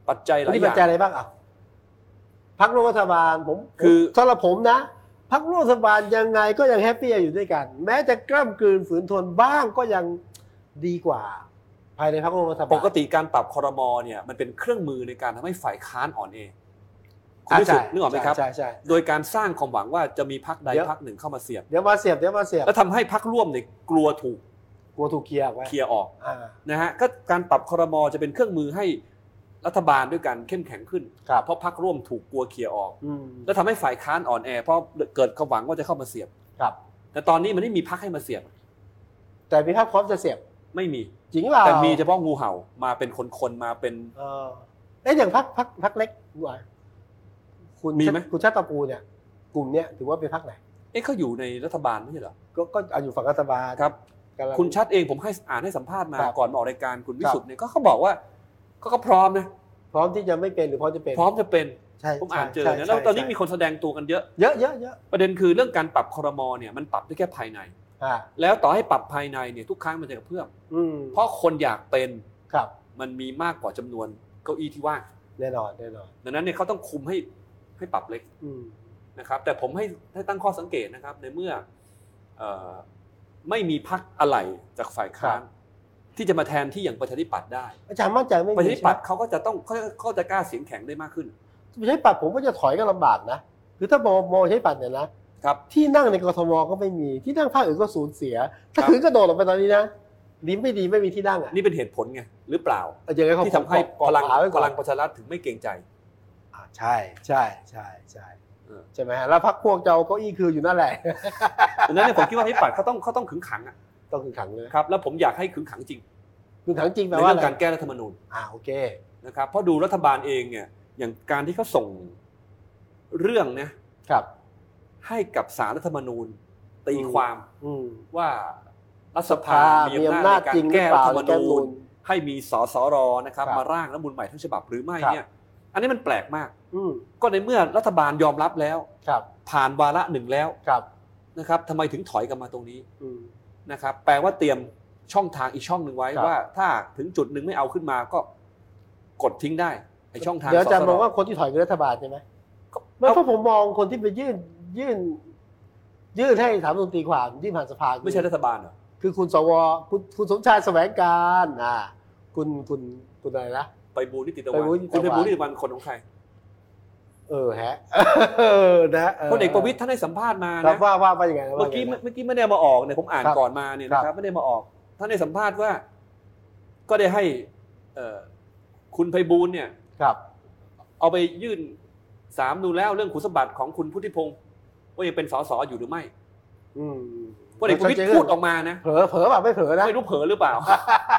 C: ปัจจัยหลาย
A: นี่
C: อ
A: ปัจ
C: ย่าง
A: จัยอะไรบ้างอ่ะพักร่วมรัฐบาลผม
C: คือ
A: สำหรับผมนะพักร่วมรัฐบาลยังไงก็ยังแฮปปี้อยู่ด้วยกัน แม้จะกล้ำกลืนฝืนทนบ้างก็ยังดีกว่า ภายในพักร่วมรัฐบาล
C: ปกติการปรับคอรมอเนี่ยมันเป็นเครื่องมือในการทำให้ฝ่ายค้านอ่อนเองคุณ
A: อ่ะใช่
C: รู้สึกนึกออกไหมครับ
A: ใช่ใช่ใช่
C: โดยการสร้างความหวังว่าจะมีพักใด
A: เดี๋ยว
C: พักหนึ่งเข้ามาเสียบ
A: เดี๋ยวมาเสียบเดี๋ยวมาเสียบ
C: แล้วทำให้พักร่วมเนี่ยกลัวถูก
A: กลัวถูกเคลียร์ไว้
C: เคลียร์ออก
A: อ่า
C: นะฮะก็การปรับคอรมอจะเป็นเครื่องมือให้รัฐบาลด้วยการเข้มแข็งขึ้น
A: ครับ
C: เพราะพักร่วมถูกกลัวเคลียร์ออก
A: อืม
C: แล้วทำให้ฝ่ายค้านอ่อนแอเพราะเกิดความหวังว่าจะเข้ามาเสียบ
A: ครับ
C: แต่ตอนนี้มันไม่มีพักให้มาเสียบ
A: แต่มีภาพพร้อมจะเสียบ
C: ไม่มี
A: จริงเปล่า
C: แต่มีเฉพาะงูเห่ามาเป็นคนๆมาเป็น
A: เออเอ๊ะอย่างพักพักพักเล็กดีกว่าคุณ
C: มีไหม
A: คุณชาติตระกูลเนี่ย กลุ่มเนี้ยถือว่าเป็นพักไหน
C: เอ๊ะเขาอยู่ในรัฐบาลไม่ใช่เหรอ
A: ก็ก็เอาอยู่ฝั่งรัฐบาล
C: ครับ
A: กำลัง
C: คุณชัดเองผมให้อ่านให้สัมภาษณ์มา
A: ครับ
C: ก่อนมาออกรายการคุณวิ
A: ครับ
C: สุทธิ์เนี่ยก็เขาบอกว่าก็ก็พร้อมนะ
A: พร้อมที่จะไม่เป็นหรือพร้อมจะเป็น
C: พร้อมจะเป็น
A: ใช่
C: ผมอ่านเจอ
A: ใช่
C: นะ
A: ใช่
C: แล้วตอนนี้
A: ใช่
C: มีคนแสดงตัวกันเยอะ
A: เยอะเยอะเยอะ
C: ประเด็นคือเรื่องการปรับคอรมอเนี่ยมันปรับได้แค่ภายใน
A: อ่า
C: แล้วต่อให้ปรับภายในเนี่ยทุกครั้งมันจะกระเพื่อม
A: อืม
C: เพราะคนอยากเป็น
A: ครับ
C: มันมีมากกว่าจำนวนเก้าอี้ที่ว่าง
A: แน่นอนแน่นอน
C: ดังนั้นเนี่ยเขาต้องคุมให้ให้ปรับเล็ก
A: อืม
C: นะครับแต่ผมให้ให้ตั้งข้อสังเกตนะครับในเมื่อเอ่อไม่มีพักอะไรจากฝ่ายค้านที่จะมาแทนที่อย่างประชาธิปัตย์ได้
A: อาจารย์มั่นใจไม่มี
C: ประชาธิปัตย์
A: ใช่ไหม
C: เขาก็จะต้องเขาเขาจะกล้าเสียงแข็งได้มากขึ้น
A: ประชาธิปัตย์ผมก็จะถอยก็ลำบากนะคือถ้ามองมองประชาธิปัตย์เนี่ยนะครับ ที่นั่งในกรทมก็ไม่มีที่นั่งภาคอื่นก็สูญเสีย ถ้า
C: ครับ
A: ถึงกระโดดลงไปตอนนี้นะดีไม่ดีไม่มีที่นั่งอ่ะ
C: นี่เป็นเหตุผลไงหรือเปล่า
A: เอาอย่างไรเขา
C: ที่ทำให้พลัง
A: ขาไว้
C: พ
A: ก่อ
C: ลั
A: น
C: งประชารัฐถึงไม่เกรงใจ
A: อ่าใช่ใช่ใช่ใช่
C: เออ
A: ใช่ไหมฮะแล้วพักพวกเจ้าเก็อี้คืออยู่นั่นแหละ
C: ดังนั้นเนยผมคิดว่าประชาธิปัตย์เขาต้องเขาต้องขึงขังอะ
A: ต้องคือขังเลยนะครับ
C: แล้วผมอยากให้ขึงขังจริง
A: คือขังจริงแป
C: ใน
A: ลว่า
C: เรื่อ
A: อะไร
C: งการแก้รัฐธรรมนูญ
A: อ่าโอเค
C: นะครับเพราะดูรัฐบาลเองเนี่ยอย่างการที่เขาส่งเรื่องนะครับ ให้กับสารรัฐธรรมนูญตีความ
A: อืม
C: ว่ารัฐสภามี
A: มี
C: อำ
A: อำ
C: นา
A: นา
C: จ
A: จ
C: ในการ
A: จริงหรือ
C: แก้
A: เป
C: รัฐ
A: ล่า
C: ธรรม
A: ในแก้รัฐธรรมนู
C: นู
A: ญ
C: ญให้มีสสรนะครับ
A: ครับ
C: มาร่างรัฐธรรมนูญใหม่ทั้งฉบับหรือไม่
A: ครับ
C: เนี่ยอันนี้มันแปลกมาก
A: อืม
C: ก็ในเมื่อรัฐบาลยอมรับแล้ว
A: ครับ
C: ผ่านวาระหนึ่งแล้ว
A: ครับ
C: นะครับทำไมถึงถอยกลับมาตรงนี้
A: อืม
C: นะครับ แปลว่าเตรียมช่องทางอีกช่องหนึ่งไว้
A: ครับ
C: ว่าถ้าถึงจุดหนึ่งไม่เอาขึ้นมาก็กดทิ้งได้ไอช่องทาง
A: เดี๋ยวอาจะ
C: สส
A: มองว่าคนที่ถอยคือรัฐบาลใช่ไหม
C: ก็
A: ไม่
C: เอา
A: เพราะผมมองคนที่ไปยื่นยื่น ยื่นให้ถามตรงตีความยื่นผ่านสภาคือ
C: ไม่ใช่รัฐบาลเหรอ
A: คือคุณสวคุณคุณสมชายแสวงการอ่าคุณคุณคุณอะไรนะ
C: ไปบูลนิติตะ
A: ไป
C: วัน
A: บูลนิติ
C: คุณไป
A: ตะวัน
C: บูลนิติตะวันคนของใคร
A: เออฮะ เออนะ
C: พลเอกประวิตยท่านให้สัมภาษณ์มา
A: ครับ
C: นะ
A: ว่าว่าว่าอย่างไงนะว่า
C: เมื่อกี้
A: ย่างไงนะ
C: เมื่อกี้ไม่ได้มาออกเนี่ยผมอ่าน
A: ครับ
C: ก่อนมาเนี่ยนะค
A: ครั
C: รับบ ไม่ได้มาออกท่านให้สัมภาษณ์ว่า ก็ได้ให้เอ่อคุณไพบูลย์เนี่ย
A: ครับ
C: เอาไปยื่นสามดูแล้วเรื่องคุณสมบัติของคุณพุทธิพงศ์ว่ายังเป็นสสอยู่หรือไม่
A: อืม
C: พลเอกประวิตยพูดออกมานะ
A: เผลอเผลอแบบไม่เผลอนะ
C: ไม่รู้เผลอหรือเปล่า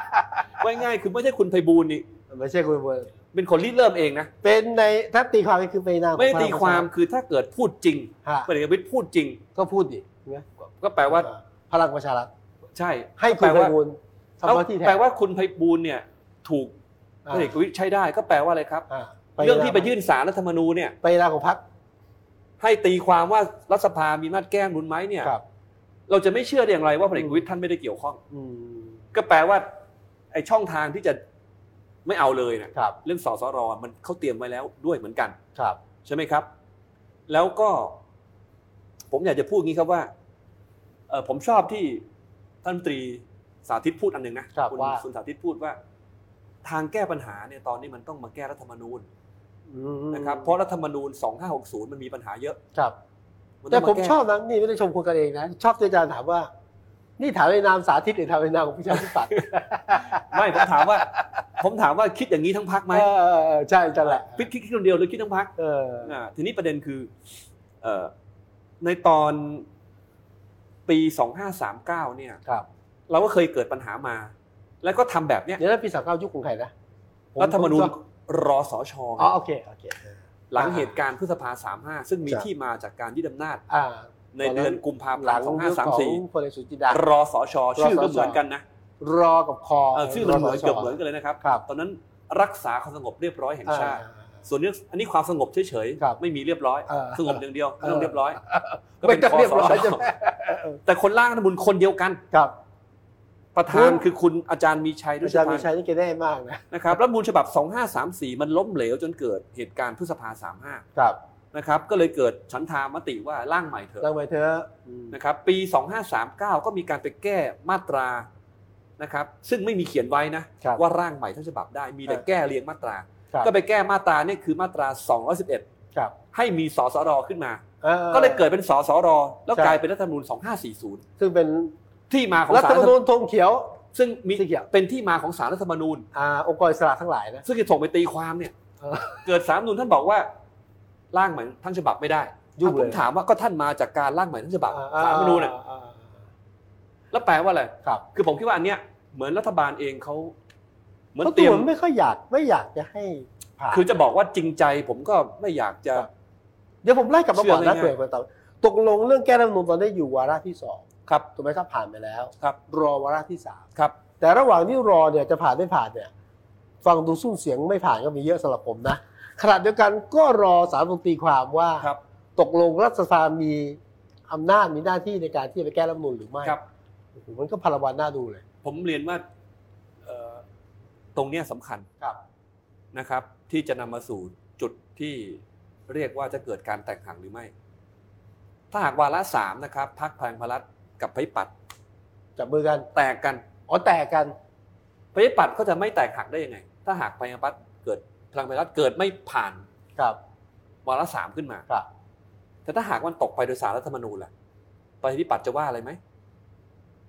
C: *laughs* ว่าง่ายๆคือไม่ใช่คุณไพบูลย์นี่
A: ไม่ใช่คุณเบิร์ด
C: เป็นคนริเริ่มเองนะ
A: เป็นในถ้าตีความก็คือไปนาง
C: ไม่ได้ตีความคือถ้าเกิดพูดจริง
A: ฮะ
C: พลเอกประวิตยพูดจริง
A: ก็พูดดิใช่ไหม
C: ก็แปลว่า
A: พลังประชารัฐ
C: ใช่
A: ให้คุ
C: แป
A: ณ
C: ล
A: ไพ
C: ว่า
A: บูลย์ทำหน้าที่แทน
C: แปลว่าคุณไพบูลย์เนี่ยถูกพลเอกประวิตยใช้ได้ ก็แปลว่าอะไรครับ
A: อ่า
C: เรื่องที่ไปยื่นสารรัฐธรรมนูญเนี่ย
A: ไปลาของพรรค
C: ให้ตีความว่ารัฐสภามีมาตรแก้รุนไหมเนี่ย
A: ครับ
C: เราจะไม่เชื่อได้อย่างไรว่าพลเอกประวิตยท่านไม่ได้เกี่ยวข้อง
A: อืม
C: ก็แปลว่าไอ้ช่องทางที่จะไม่เอาเลยเนี่ย
A: ครับ
C: เรื่องสสรมันเขาเตรียมไว้แล้วด้วยเหมือนกัน
A: ครับ
C: ใช่ไหมครับ แล้วก็ ผมอยากจะพูดงี้ครับว่าเอ่อผมชอบที่ท่านรัฐมนตรีสาธิตพูดอันหนึ่งนะครับ ณ
A: ว่า
C: คุณสาธิตพูดว่า ทางแก้ปัญหาเนี่ยตอนนี้มันต้องมาแก้รัฐธรรมนูญ
A: อื
C: นะครับเพราะรัฐธรรมนูญ 2560 มันมีปัญหาเยอะ
A: ครับ
C: น
A: แต่
C: องา
A: ผม
C: ก้
A: ชอบนะนี่ไม่ได้ชมคุณกันเองนะ ชอบที่อาจารย์ถามว่า นี่ถามในนามสาธิตหรือถามในนามของ *laughs* ประชาธิปัตย์
C: ไม่ผมถามว่า *laughs* ผมถามว่าคิดอย่างนี้ทั้งพักไหม
A: เออเออเออใช่จันแหละ
C: คิดคิดคิดคนเดียวหรือคิดทั้งพัก
A: เออ
C: อ่าทีนี้ประเด็นคือเออในตอนปี 2539 เนี่ย
A: ครับ
C: เราก็เคยเกิดปัญหามา แล้วก็ทำแบบเนี้ย
A: เดี๋ยวแล้วปีสามเก้ายุคของใครนะ
C: รัฐธรรมนูญ
A: ผ
C: รอสอชอ
A: อ๋อโอเคโอเค
C: หลังเหตุการณ์พฤษภา 35 ซึ่งมี
A: ครับ
C: ที่มาจากการยึดอำนาจ
A: อ่า
C: ใน
A: ตอนนั้น
C: เดือนกุมภา
A: ห
C: พั
A: ลั
C: น
A: ง
C: ธ์
A: ยุคของพลเอกสุจินดา
C: 2534 รอสอชอชื่อก็เหมือนกันนะ
A: รอกับคอ
C: เออชื่อมันเหมือน
A: รสช
C: เกือบเหมือนกันเลยนะครับ
A: ครับ
C: ตอนนั้นรักษาความสงบเรียบร้อยแห่งชาติ
A: อ่
C: ส่วนเรื่องอันนี้ความสงบเฉย
A: ครับ
C: ๆไม่มีเรียบร้อย
A: เออ
C: สงบอย่างเดียวไม่ต้อ
A: เอ
C: ง
A: อ
C: เรียบร้อย ก็
A: ไม่
C: เป็น
A: ต้องเรียบร้อย
C: คสช
A: ใช่ไหมเออ
C: แต่คนร่างรัฐธรรมนูญคนเดียวกัน
A: ครับ
C: ประธานคือคุณอาจารย์มีชัยดุ
A: อา
C: ช
A: จารย์
C: พั
A: มี
C: น
A: ชัยนี่แกได้มากนะ
C: นะครับรัฐธรรมนูญฉบับ 2534 มันล้มเหลวจนเกิดเหตุการณ์พฤษภา
A: ครับ
C: 35 นะครับ ก็เลยเกิดฉันทามติว่าร่างใหม่เถ
A: ตั้ง
C: อะ
A: ไว้เถอะ
C: นะครับปี 2539 ก็มีการไปแก้มาตรานะครับซึ่งไม่มีเขียนไว้นะ
A: ครับ
C: ว่าร่างใหม่ทั้งฉบับได้มีแต่
A: ครับ
C: แก้เรียงมาตรา
A: ครับ
C: ก็ไปแก้มาตราเนี่ยคือมาตรา 211
A: ครับ
C: ให้มีสสรขึ้นมา
A: อ่า
C: ก็เลยเกิดเป็นสสรแล้ว
A: ใช่
C: กลายเป็นรัฐธรรมนูญ 2540
A: ซึ่งเป็น
C: ที่มาของ
A: รัฐ
C: สาร
A: ธรรมนูญธงเขียว
C: ซึ่งมี
A: สีเขียว
C: เป็นที่มาของสารรัฐธรรมนูญ
A: อ่าองค์กรอิสระทั้งหลายนะ
C: ซึ่งจะส่งไปตีความเนี่ย
A: เออ
C: เกิดสามนุนท่านบอกว่าร่างใหม่ทั้งฉบับไม่ได้
A: ยุ่งเลย
C: ผมถามว่าก็ท่านมาจากการร่างใหม่ทั้งฉบับ
A: อ่อ่
C: สามนูนน่ะ
A: อ่าอ่า
C: แล้วแปลว่าอะไร
A: ครับ
C: คือผมคิดว่าอันเนี้ยเหมือนรัฐบาลเองเขาเหมือน
A: เพราะ
C: เต
A: ตั
C: รี
A: วย
C: ม
A: มันไม่ค่อยอยากไม่อยากจะให้ผ่าน
C: คือจะบอกว่าจริงใจผมก็ไม่อยากจะ
A: ครับ เดี๋ยวผมไล่กลับมาก่อนนะ
C: เชื่
A: เผื่
C: อ
A: อ
C: ง่ายๆ
A: เผื่อต่อตกลงเรื่องแก้รัฐธรรมนูญตอนนี้อยู่วาระที่สอง
C: ครับ
A: ถูกไหมครับผ่านไปแล้ว
C: ครับ
A: รอวาระที่สาม
C: ครับ
A: แต่ระหว่างที่รอเนี่ยจะผ่านไม่ผ่านเนี่ยฟังดูสู้เสียงไม่ผ่านก็มีเยอะสำหรับผมนะขณะเดียวกันก็รอสารลงตีความว่า
C: ครับ
A: ตกลงรัฐสภามีอำนาจมีหน้าที่ในการที่จะไปแก้รัฐธรรมนูญหรือไม่
C: ครับ
A: โอ้โหมันก็พลวันน่าดูเลย
C: ผมเรียนว่าเอ่อตรงเนี้ยสำคัญ
A: ครับ
C: นะครับ ที่จะนำมาสู่จุดที่เรียกว่าจะเกิดการแตกหักหรือไม่ ถ้าหากวาระสามนะครับพักพลังพลัดกับไพปัด
A: จับมือกัน
C: แตกกัน
A: อ๋อแตกกัน
C: ประชาธิปัตย์เขาจะไม่แตกหักได้ยังไง ถ้าหากพลังประชาธิปัตย์เกิดพลังประชาธิปัตย์เกิดไม่ผ่าน
A: ครับ
C: วาระสามขึ้นมา
A: ครับ
C: แต่ถ้าหากมันตกไปโดยสารรัฐธรรมนูญล่ะประชาธิปัตย์จะว่าอะไรไหม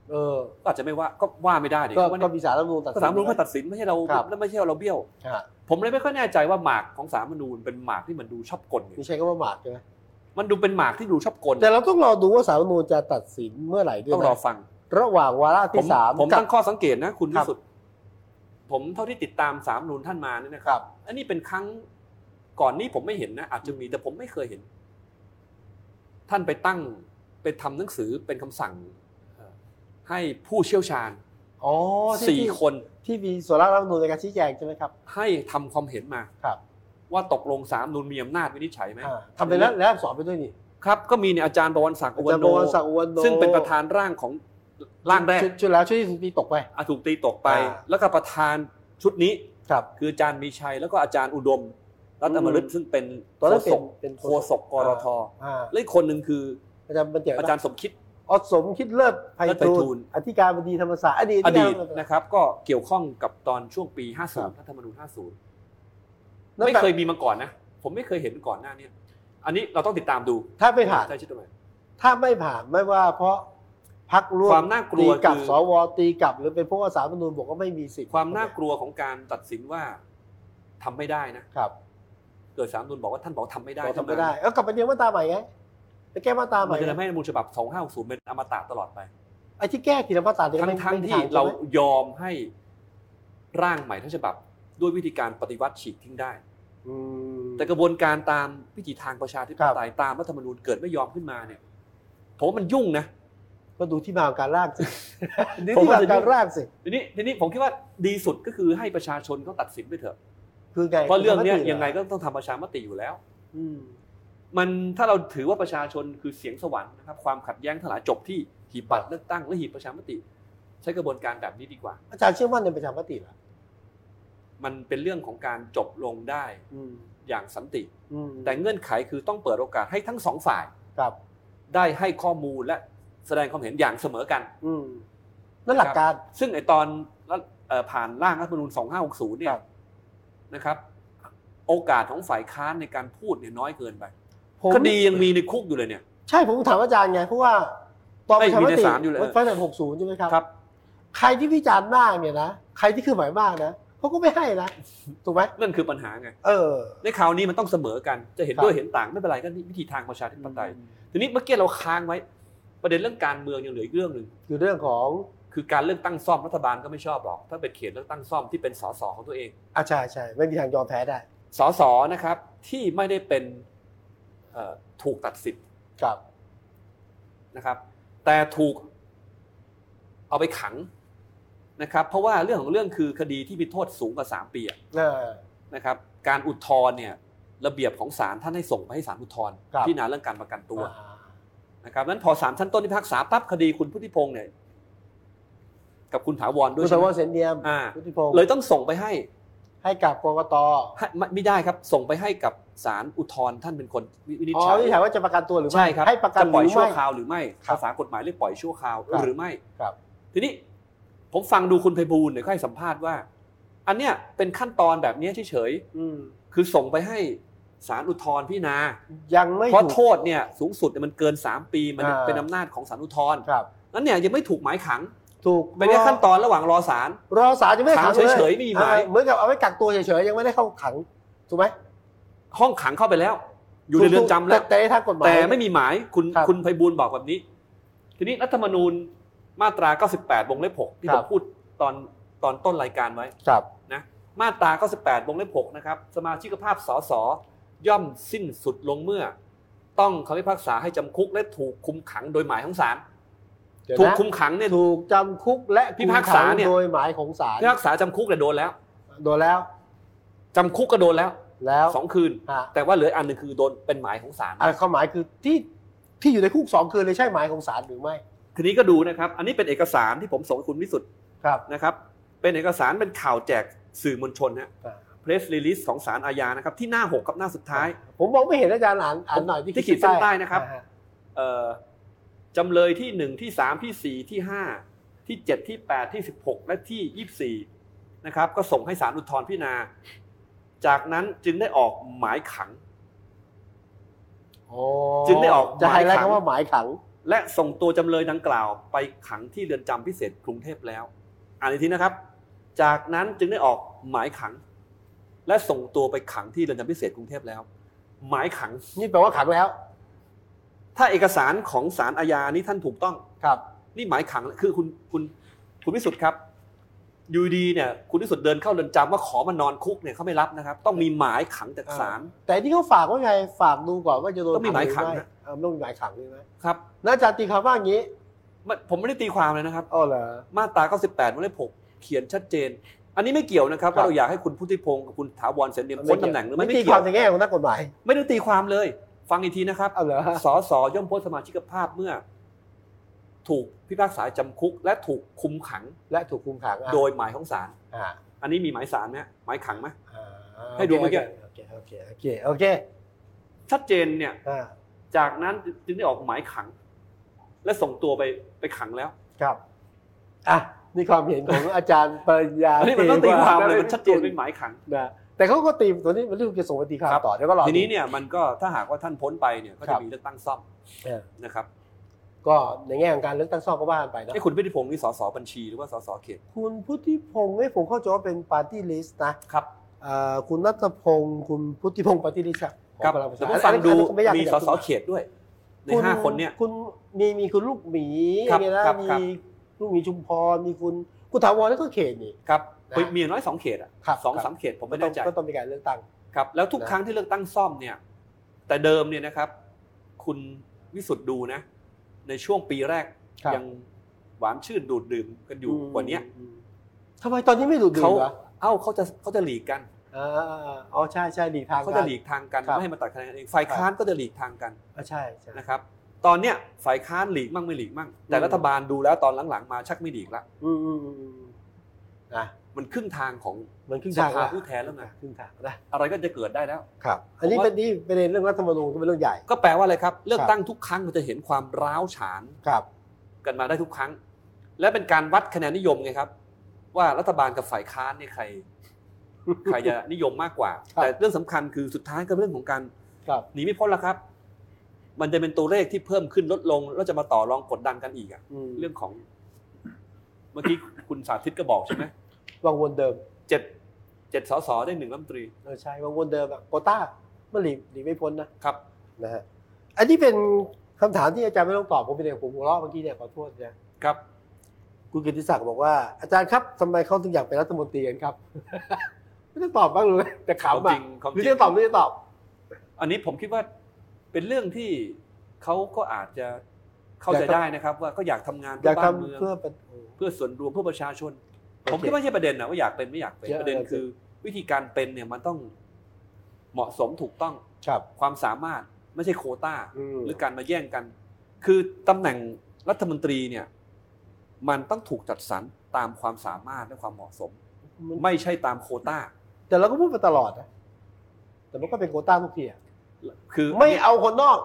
A: เออ
C: ก็อาจจะไม่ว่าก็ว่าไม่ได้เนี่ย
A: ก็
C: เพราะว่า
A: ก็
C: เนี่ย
A: มีสารรัฐธรรมนูญตัดสิ
C: ก็
A: น
C: สารรัฐธรรมนูญเขาตัดสินไม่ใช่เรา
A: ครับ
C: และไม่ใช่เราเบี้ยว
A: ฮะ
C: ผมเลยไม่ค่อยแน่ใจว่าหมากของสารรัฐธรรมนูญเป็นหมากที่มันดูชอบกลเนี่ย
A: มีใช้คำว่าหมาดใช่ไหม
C: มันดูเป็นหมากที่ดูชอบกล
A: แต่เราต้องรอดูว่าสารรัฐธรรมนูญจะตัดสินเมื่อไหร่ด้วย
C: ต้องรอ
A: นะ
C: ฟัง
A: ระหว่างวาระ
C: ผ
A: ที่
C: ม
A: สาม
C: ผม
A: กับ
C: ตั้งข้อสังเกตนะ คุณ
A: ครั
C: วิ
A: บ
C: สุทธิ์ผมเท่าที่ติดตามสารรัฐธรรมนูญท่านมาเนี่ยนะค
A: ครับ รับ
C: อันนี้เป็นครั้งก่อนนี้ผมไม่เห็นนะ อาจจะมีแต่ผมไม่เคยเห็น ท่านไปตั้งไปทำหนังสือเป็นคำสั่งเอ่อให้ผู้เชี่ยวชาญ
A: อ๋อที่
C: สี่
A: ที่
C: คน
A: ที่มีสารรัฐธรรมนูญในการชี้แจงใช่ไหมครับ
C: ให้ทำความเห็นมา
A: ครับ
C: ว่าตกลงสามนูนมีอำนาจวินิจฉัยไหม
A: อ่าทำไปแล้วแล้วสอนไปด้วยนี่
C: ครับ ก็มีเนี่ยอาจารย์บวรศักดิ์อ
A: อา
C: วั
A: จาร
C: น
A: ย์
C: โน
A: บวรศักดิ์อวนโน
C: ซึ่งเป็นประธานร่างของร่างแรก
A: ชุดชุดแล้วชุดที่มีตกไป
C: อาถูกตีตกไป
A: อ่า
C: แล้วก็ประธานชุดนี้
A: ครับ
C: คืออาจารย์มีชัยแล้วก็อาจารย์อุดม รัตนมฤต
A: อืม
C: ซึ่งเป็น
A: ตอนนั้นเป็น
C: โฆษก
A: เป็นโฆ
C: โฆ
A: ษก
C: ษกกรท
A: อ่า
C: และอีกคนหนึ่งคือ
A: อาจารย์บัญเจิด
C: อาจารย์สมคิด
A: อสมคิดเลิศไพ
C: เลิศไพ
A: ฑู
C: ฑู
A: ร
C: รย์
A: ย์อธิการบดีธรรมศาสตร์อดีต
C: อดีต
A: ธิการบธรรมศาสตร์
C: นะครับก็เกี่ยวข้องกับตอนช่วงปี
A: ครับ
C: 50 รัฐธรรมนูญ 50
A: แล้วแต่
C: ไม่เคยมีมาก่อนนะ ผมไม่เคยเห็นก่อนหน้าเนี้ยอันนี้เราต้องติดตามดู
A: ถ้าไม่ผ่าน
C: ใช่ชิดตรงไหน
A: ถ้าไม่ผ่านไม่ว่าเพราะพักร่วม
C: ความน่ากลัว
A: ตีกลับ
C: คือ
A: สวตีกลับ หรือเป็นเพราะว่าสารรัฐธรรมนูญบอกว่าไม่มีสิทธิ์
C: ความน่ากลัวของการตัดสินว่าทำไม่ได้นะครับ เกิดสามนุนบอกว่าท่านบอกทำไม่ได้
A: บอกทำไม่ได้เอากลับไปเรียนมาตราใหม่ไงไปแก้มาตราให
C: มั
A: ม่
C: นจะทำให้รัฐธรรมนูญฉบับ 2560 เป็นอมตะตลอดไป
A: ไอ้ที่แก้ทีละมาตราเนี่ยก็
C: ทั้ง
A: ไม่
C: ทั้ง
A: ไม่
C: ที่
A: มีทง
C: เรา
A: ใช่ไหม
C: ยอมให้ร่างใหม่ทั้งฉบับ ด้วยวิธีการปฏิวัติฉีกทิ้งได้
A: อืม
C: แต่กระบวนการตามวิธีทางประชาธิป
A: ครับ
C: ไตยตามรัฐธรรมนูญเกิดไม่ยอมขึ้นมาเนี่ยผมว่ามันยุ่งนะ
A: ก็ดูที่มาของการร่างสิดู
C: ผม
A: ที่มาของ
C: ว่าจะ
A: การร่างสิ
C: ทีนี้ทีนี้ผมคิดว่าดีสุดก็คือให้ประชาชนเขาตัดสินไปเถอะ
A: คือไง
C: เพราะเรื่องเนี้ย
A: ปฏิ
C: ยังไงก็ต้องทำประชามติอยู่แล้ว
A: อืม
C: มันถ้าเราถือว่าประชาชนคือเสียงสวรรค์นะครับความขัดแย้งทั้งหลายจบที่หีบบัตรเลือกตั้งและหีบประชามติ ใช้กระบวนการแบบนี้ดีกว่า
A: อาจารย์เชื่อมั่นในประชามติเหรอ
C: มันเป็นเรื่องของการจบลงได้
A: อืม
C: อย่างสันติ
A: อืม
C: แต่เงื่อนไขคือต้องเปิดโอกาสให้ทั้งสองฝ่าย
A: ครับ
C: ได้ให้ข้อมูลและแสดงความเห็นอย่างเสมอกัน
A: อืมนั่นหลักการ
C: ซึ่งไอตอนรัฐเอ่อผ่านร่างรัฐธรรมนูญ2560 เนี่ยนะครับ โอกาสของฝ่ายค้านในการพูดเนี่ยน้อยเกินไป
A: ผม
C: คดียังมีในคุกอยู่เลยเนี่ย
A: ใช่ผมถามอาจารย์ไงเพราะว่าตอน
C: ไม่
A: ประชาม
C: มีใน
A: ติ
C: ศาลอยู่เลย
A: มันตั้งแต่หกศูนย์ใช่ไหมครับ
C: ครับ
A: ใครที่วิจารณ์มากเนี่ยนะใครที่คือหมายมากนะเขาก็ไม่ให้นะถูกไหม
C: นั่นคือปัญหาไง
A: เออ
C: ในข่าวนี้มันต้องเสมอกัน จะเห็น
A: ครับ
C: ด้วยเห็นต่างไม่เป็นไรก็นี่วิธีทางประชาธิปไตย ทีนี้เมื่อกี้เราค้างไว้ ประเด็นเรื่องการเมืองยังเหลืออีกเรื่องหนึ่ง
A: อยู่เรื่องของ
C: คือการเลือกตั้งซ่อมรัฐบาลก็ไม่ชอบหรอก ถ้าเป็นเขตเลือกตั้งซ่อมที่เป็นสสของตัวเอง
A: อาใช่ใช่ไม่มีทางยอมแพ้ได้
C: สสนะครับที่ไม่ได้เป็นเอ่อถูกตัดสิทธิ์
A: ครับ
C: นะครับ แต่ถูกเอาไปขังนะครับ เพราะว่าเรื่องของเรื่องคือคดีที่มีโทษสูงกว่าสามปีอะ
A: เออ
C: นะครับ การอุทธรณ์เนี่ยระเบียบของศาลท่านให้ส่งไปให้ศาลอุทธรณ์
A: ครับ
C: พิจารณาเรื่องการประกันตัว
A: อ่า
C: นะครับนั้นพอศาลชั้นต้นพิพากษาปั๊บคดีคุณพุทธิพงษ์เนี่ยกับคุณถาวรด้
A: คุ
C: ว
A: ณ
C: ย
A: ส
C: ใช่ไห
A: ว
C: ม
A: เสนเนียม
C: อ่า
A: พุทธิพงศ์
C: เลยต้องส่งไปให้
A: ให้กับกกต
C: ให้ไม่ไม่ได้ครับ ส่งไปให้กับศาลอุทธรณ์ท่านเป็นคนวิวินิจ
A: อ๋อ
C: ฉัย
A: ที่ถามว่าจะประกันตัวหรือไม่
C: ใช่ครับ
A: ให้ประกัน
C: จ
A: ห
C: ปล่อย
A: รือ
C: ชั่ว
A: ไม่
C: คราวหรือไม่
A: ครับ
C: ภาษากฎหมายเรียกปล่อยชั่วคราว
A: ครับ
C: หรือไม่
A: ครับ
C: ทีนี้ผมฟังดูคุณไพบูลย์เนี่ยก็ให้สัมภาษณ์ว่า อันเนี้ยเป็นขั้นตอนแบบเนี้ยเฉย
A: อืม
C: ๆคือส่งไปให้ศาลอุทธรณ์พิจารณา
A: ยังไม่
C: เพราะโท
A: ถูก
C: ษเนี่ยสูงสุดเนี่ยมันเกินสามปีมัน
A: อ่า
C: เป็นอำนาจของศาลอุทธรณ์
A: ครับ
C: นั้นเนี่ยยังไม่ถูกหมายขัง
A: ถูก
C: เป็นแค่ขั้นตอนระหว่างรอศาล
A: รอศาลยังไม่ได้ขังล
C: ขังเฉยๆไม่มีหมาย
A: อ่เหมือนกับเอาไว้กักตัวเฉยๆยังไม่ได้เข้าขังถูกไหม
C: ห้องขังเข้าไปแล้ว อยู่ในเรือนจำแล้ว
A: แต่ในทางกฎหมาย
C: แต่ไม่มีหมายคุณ
A: ครับ
C: คุณไพบูลย์บอกแบบนี้ ทีนี้รัฐธรรมนูญมาตรา 98 วงเล็บ 6 ที่
A: ครั
C: ผ
A: บ
C: มพูดตอนตอนต้นรายการไว้
A: ครับ
C: มาตรา 98 วงเล็บ 6 นะครับ สมาชิกภาพสสย่อมสิ้นสุดลงเมื่อ ต้องคำพิพากษาให้จำคุกและถูกคุมขังโดยหมายของศาล
A: เดี๋ยวนะ
C: ถูกคุมขังเนี่ย
A: ถูกจำคุกและ
C: พิพากษาเนี่ย
A: โดยหมายของศาล
C: พิพากษาจำคุกแต่ยโดนแล้ว
A: โดนแล้ว
C: จำคุกก็โดนแล้ว
A: แล้ว
C: สองคืน
A: อ่ะ
C: แต่ว่าเหลืออันหนึ่งคือโดนเป็นหมายของศาล
A: อ่ะความหมายคือที่ที่อยู่ในคุกสองคืนเลยใช่หมายของศาลหรือไม่
C: ทีนี้ก็ดูนะครับ อันนี้เป็นเอกสารที่ผมส่งให้คุณวิสุทธ์
A: ครับ
C: นะครับ เป็นเอกสารเป็นข่าวแจกสื่อมวลชนฮะ
A: ครับ
C: เพรสรีลิสของสารอาญานะครับ ที่หน้า 6 กับหน้าสุดท้าย
A: ผมมองไม่เห็นอาจารย์อ่านอ่านหน่อยที่
C: ที่ขีดเส้นใต้นะครับ
A: อ่าฮ
C: เอ่อจำเลยที่ 1 ที่ 3 ที่ 4 ที่ 5 ที่ 7 ที่ 8 ที่ 16 และที่ 24 นะครับ ก็ส่งให้สารอุทธรณ์พิจารณา จากนั้นจึงได้ออกหมายขัง
A: โอ้
C: จึงได้ออก
A: จะไฮไลท์
C: หมายขัง
A: คำว่าหมายขัง
C: และส่งตัวจำเลยดังกล่าวไปขังที่เรือนจำพิเศษกรุงเทพแล้ว อ่านอีกทีนะครับ จากนั้นจึงได้ออกหมายขัง และส่งตัวไปขังที่เรือนจำพิเศษกรุงเทพแล้ว หมายขัง
A: นี่แปลว่าขังแล้ว
C: ถ้าเอกสารของศาลอาญานี่ท่านถูกต้อง
A: ครับ
C: นี่หมายขังคือคุณคุณคุณวิสุทธ์ครับอยูดีเนี่ยคุณวิสุทธ์เดินเข้าเรือนจำว่าขอมานอนคุกเนี่ยเขาไม่รับนะครับ ต้องมีหมายขังจากศาล
A: แต่ที่เขาฝากว่าไงฝากดูก่อนว่าจะโดน
C: ต้องมีหมายขัง
A: รือ
C: นะ
A: ไอ่ะต้องมีหมายขังใช่ไหม
C: ครับ
A: แล้วอาจารย์ตีความว่าอย่างนี้
C: มันผมไม่ได้ตีความเลยนะครับ
A: อ๋อเหรอ
C: มาตรา 98วงเล็บ6เขียนชัดเจน อันนี้ไม่เกี่ยวนะครับ
A: ครับ
C: ว่าเราอยากให้คุณพุทธิพงศ์กับคุณถาวรเสนเนียมพ้นตำแหน่งหรือไม่ไม่
A: ตี
C: เกี่ยว
A: คาว มในแง่ของนักกฎหมาย
C: ไม่ได้ตีความเลย ฟังอีกทีนะครับ
A: เอาเหรอ
C: สอสอย่อมพ้นสมาชิกภาพเมื่อ ถูกพิพากษาจำคุก และถูกคุมขัง
A: และถูกคุมขังอ่ะ
C: โดยหมายของศาล
A: อ่า
C: อันนี้มีหมายศาลไหมหมายขังไหม
A: อ่า
C: ให้ดูเมื่อกี้
A: โอเคโอเคโอเคโอเค
C: ชัดเจนเนี่ย
A: อ่า
C: จากนั้นจึงได้ออกหมายขัง และส่งตัวไปไปขังแล้ว
A: ครับอ่ะนี่ความเห็นของ อาจารย์ปริญญา
C: อันนี้มันต้องตีความเลยมันชัดเจนเป็นห
A: ม
C: มายขัง
A: นะแต่เขาก็ตีมตัวนี้มันเรื่องจะส่งไปตีความ
C: ครับ
A: ต่อเดี๋ยวก็รอดู
C: ทีนี้เนี่ยมันก็ถ้าหากว่าท่านพ้นไปเนี่ยก็
A: ครั
C: จะ
A: บ
C: มีเลือกตั้งซ่อม
A: เออ
C: นะครับ
A: ก็ในแง่ของการเลือกตั้งซ่อมก็ว่ากันไปเนอะ
C: ไอ้คุณพิธิพงศ์นี่สสบัญชีหรือว่าสสเขต
A: คุณพุทธิพงศ์ให้ยผมเข้าใจว่าเป็นปาร์ตี้ลิสต์นะครับเอ่อคุณนัทพงศ์คุณพุทธิพงศ์ปาร์ตี้ลิสต์ครับของ
C: ครับ
A: พลังประ
C: แต่
A: ชา
C: ผม
A: รัฐ
C: ฟังดู
A: อันนั้นไม่ยาก
C: มี
A: ที่
C: ส
A: จะ
C: สเขตด้วย ใน
A: ณ
C: ห้าคนเนี่ย
A: คุณมีมีคุณลูกหมี
C: ครับ
A: เนี่ยนะครับ มี
C: ครับ
A: ลูกหมีชุมพรมีคุณคุณถาวรแล้วก็เขตนี่
C: ครับ
A: นะ
C: มีมีอย่างน้อยสองเขตอ่ะ
A: ครับ
C: สอง
A: ครับ
C: สามเขตผมไม่แน่ใจ
A: ก็ต้องมีการเลือกตั้ง
C: ครับแล้วทุกครั้งที่เลือกตั้งซ่อมเนี่ย แต่เดิมเนี่ยนะครับ คุณวิสุทธ์ดูนะ ในช่วงปีแรก
A: ครับ
C: ยังหวานชื่นดูดดื่มกันอยู่กว่าเนี้ย
A: อืมทำไมตอนนี้ไม่ดูดดื่
C: เขา
A: มเหรอ
C: เอ้าเขาจะเขาจะหลีกกัน
A: อ่าอ๋อใช่ใช่หลีกทาง
C: เขาจะหลีกทางกัน
A: ครับ
C: ไม่ให้มาตัดคะแนนเอง ฝ่ายค้านก็จะหลีกทางกัน
A: อ่าใช่ใช่
C: นะครับ ตอนเนี้ยฝ่ายค้านหลีกมั่งไม่หลีกมั่ง แต่
A: อืม
C: รัฐบาลดูแล้วตอนหลังๆมาชักไม่หลีกละ
A: อืมอืมอืม นะ
C: มันครึ่งทางของ
A: มันครึ่งทาง
C: สภาผู้แทนแล้วไง
A: ครึ่งทางนะ
C: อะไรก็จะเกิดได้แล้ว
A: ครับ อันนี้เป็นนี่ประเด็นเรื่องรัฐธรรมนูญก็เป็นเรื่องใหญ่
C: ก็แปลว่าอะไรครับ เลือก
A: ครับ
C: ตั้งทุกครั้งมันจะเห็นความร้าวฉาน
A: ครับ
C: กันมาได้ทุกครั้ง และเป็นการวัดคะแนนนิยมไงครับ ว่ารัฐบาลกับฝ่ายค้านเนี่ยใคร ใครจะนิยมมากกว่า
A: ครับ
C: แต่เรื่องสำคัญคือสุดท้ายก็เรื่องของการ
A: ครับ
C: หนีไม่พ้นละครับ มันจะเป็นตัวเลขที่เพิ่มขึ้นลดลง แล้วจะมาต่อรองกดดันกันอีกอะเรื่องของ เมื่อกี้คุณสาธิตก็บอกใช่ไหม
A: วังวนเดิม
C: เจ็ดเจ็ดสสได้หนึ่งรัฐมนตรี
A: เออใช่วังวนเดิมอะโกต้ามันหลีกหลีกไม่พ้นนะครับ นะฮะอันนี้เป็นคำถามที่อาจารย์ไม่ต้องตอบผมเป็นเด็กผมหัวเราะเมื่อกี้เนี่ยขอโทษนะครับ คุณกิติศักดิ์บอกว่าอาจารย์ครับทำไมเขาถึงอยากเป็นรัฐมนตรีกันครับ *laughs* ไม่ต้องตอบบ้างเลยแต่ขำ
C: ความจ
A: อะ
C: ริงความ
A: ห
C: จริ
A: รือง จะตอบหรือจะตอบ
C: อันนี้ผมคิดว่าเป็นเรื่องที่เขาก็อาจจะเข้า
A: อ
C: ใจ
A: ยากทำ
C: ได้นะครับ ว่าก็อยากทำงาน
A: อ
C: เพื่
A: ยา
C: อก บ้านเมือ
A: ทำ
C: ง
A: เพื่อเป็นโอ้
C: เพื่อส่วนรวมเพื่อประชาชน
A: โอเค
C: ผมคิดว่าไม่ใช่ประเด็นนะว่าอยากเป็นไม่อยากเป็น
A: เยอะ
C: ประเด็น
A: เลย
C: คือ วิธีการเป็นเนี่ยมันต้องเหมาะสมถูกต้อง
A: ครับ
C: ความสามารถไม่ใช่โควต้า
A: อืม
C: หรือการมาแย่งกัน คือตำแหน่งรัฐมนตรีเนี่ย มันต้องถูกจัดสรรตามความสามารถและความเหมาะสม
A: มัน
C: ไม่ใช่ตามโควต้า
A: แต่เราก็พูดมาตลอดนะ แต่มันก็เป็นโควต้าทุกทีอะ
C: คือ
A: ไม่เอาคนนอก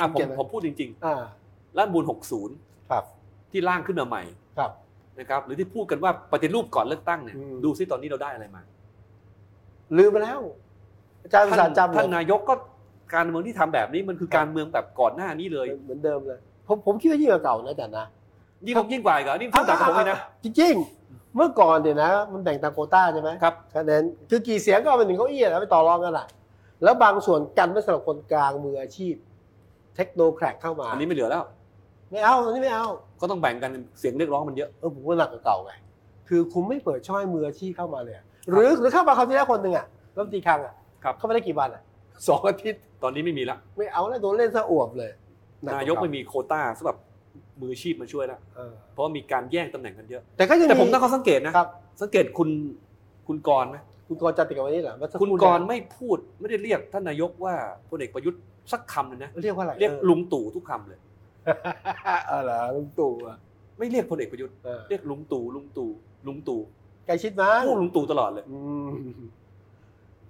C: อ่ะผ
A: เก็
C: ม
A: บไว้
C: ผมพูดจริง
A: อ่า
C: ๆรัฐธรรมนูล
A: ครับ
C: 60 ที่ร่างขึ้นมาใหม่
A: ครับ
C: นะครับ หรือที่พูดกันว่าปฏิรูปก่อนเลือกตั้งเนี่ย
A: อืม
C: ดูซิตอนนี้เราได้อะไรมา
A: ลืมไปแล้ว อาจารย์ประสา
C: ท่าน น
A: จำเหรอ
C: ท่านนายกก็การเมืองที่ทำแบบนี้มันคือการเมืองแบบก่อนหน้านี้เลย
A: เหมือนเดิมเลย ผมผมคิดว่ายิ่งกว่าเก่านะอาจารย์นะ
C: ยิ่งยิ่งกว่าอีกเหรอนี่พูดตามผมเลยนะ
A: จริงๆ เมื่อก่อนเนี่ยนะ มันแบ่งตามโควต้าใช่ไหม
C: ครับ
A: คะแนนคือกี่เสียงก็เอาเป็นหนึ่งเก้าอี้อะแล้วไปต่อรองกันอ่ะ แล้วบางส่วนกันไม่สำหรับคนกลางมืออาชีพ เทคโนแครกเข้ามา
C: อันนี้ไม่เหลือแล้ว
A: ไม่เอาอันนี้ไม่เอา
C: ก็ต้องแบ่งกันเสียงเรียกร้องมันเยอะ
A: เออผมว่าหนักกว่าเก่าไงคือคุณไม่เปิดช่องให้มืออาชีพเข้ามาเลยอะหรือหรือเข้ามาคราวที่แล้วคนหนึ่งอ่ะรัฐมนตรีคลังอ่ะ
C: ครับ
A: เข้ามาได้กี่วันอ่ะสองอาทิตย์
C: ตอนนี้ไม่มีละ
A: ไม่เอาแล้วโดนเล่นซะอวบเลยห
C: นายกไม่มีโควต้าสำหรับมืออาชีพมาช่วยแล้ว
A: เออ
C: เพราะมีการแย่งตำแหน่งกันเยอะ
A: แต่ก็ยัง
C: แต่ผมตั้งข้อสังเกตนะครับ สังเกตคุณคุณกรณ์ไหม
A: คุณกรณ์จัดติดกับวันนี้เหรอเมื่อสั
C: คุณ
A: รู่
C: กรณ์ไม่พูดไม่ได้เรียกท่านนายกว่าพลเอกประยุทธ์สักคำเลยนะ
A: เรียกว่าอะไร
C: เรียกลุงตู่ทุกคำเลย
A: เออเหร *laughs* อลุงตู่อะ
C: ไม่เรียกพลเอกประยุทธ์
A: เออ
C: เรียกลุงตู่ลุงตู่ลุงตู่
A: ใกล้ชิดมั้ง
C: พูดลุงตู่ตลอดเลย
A: อืม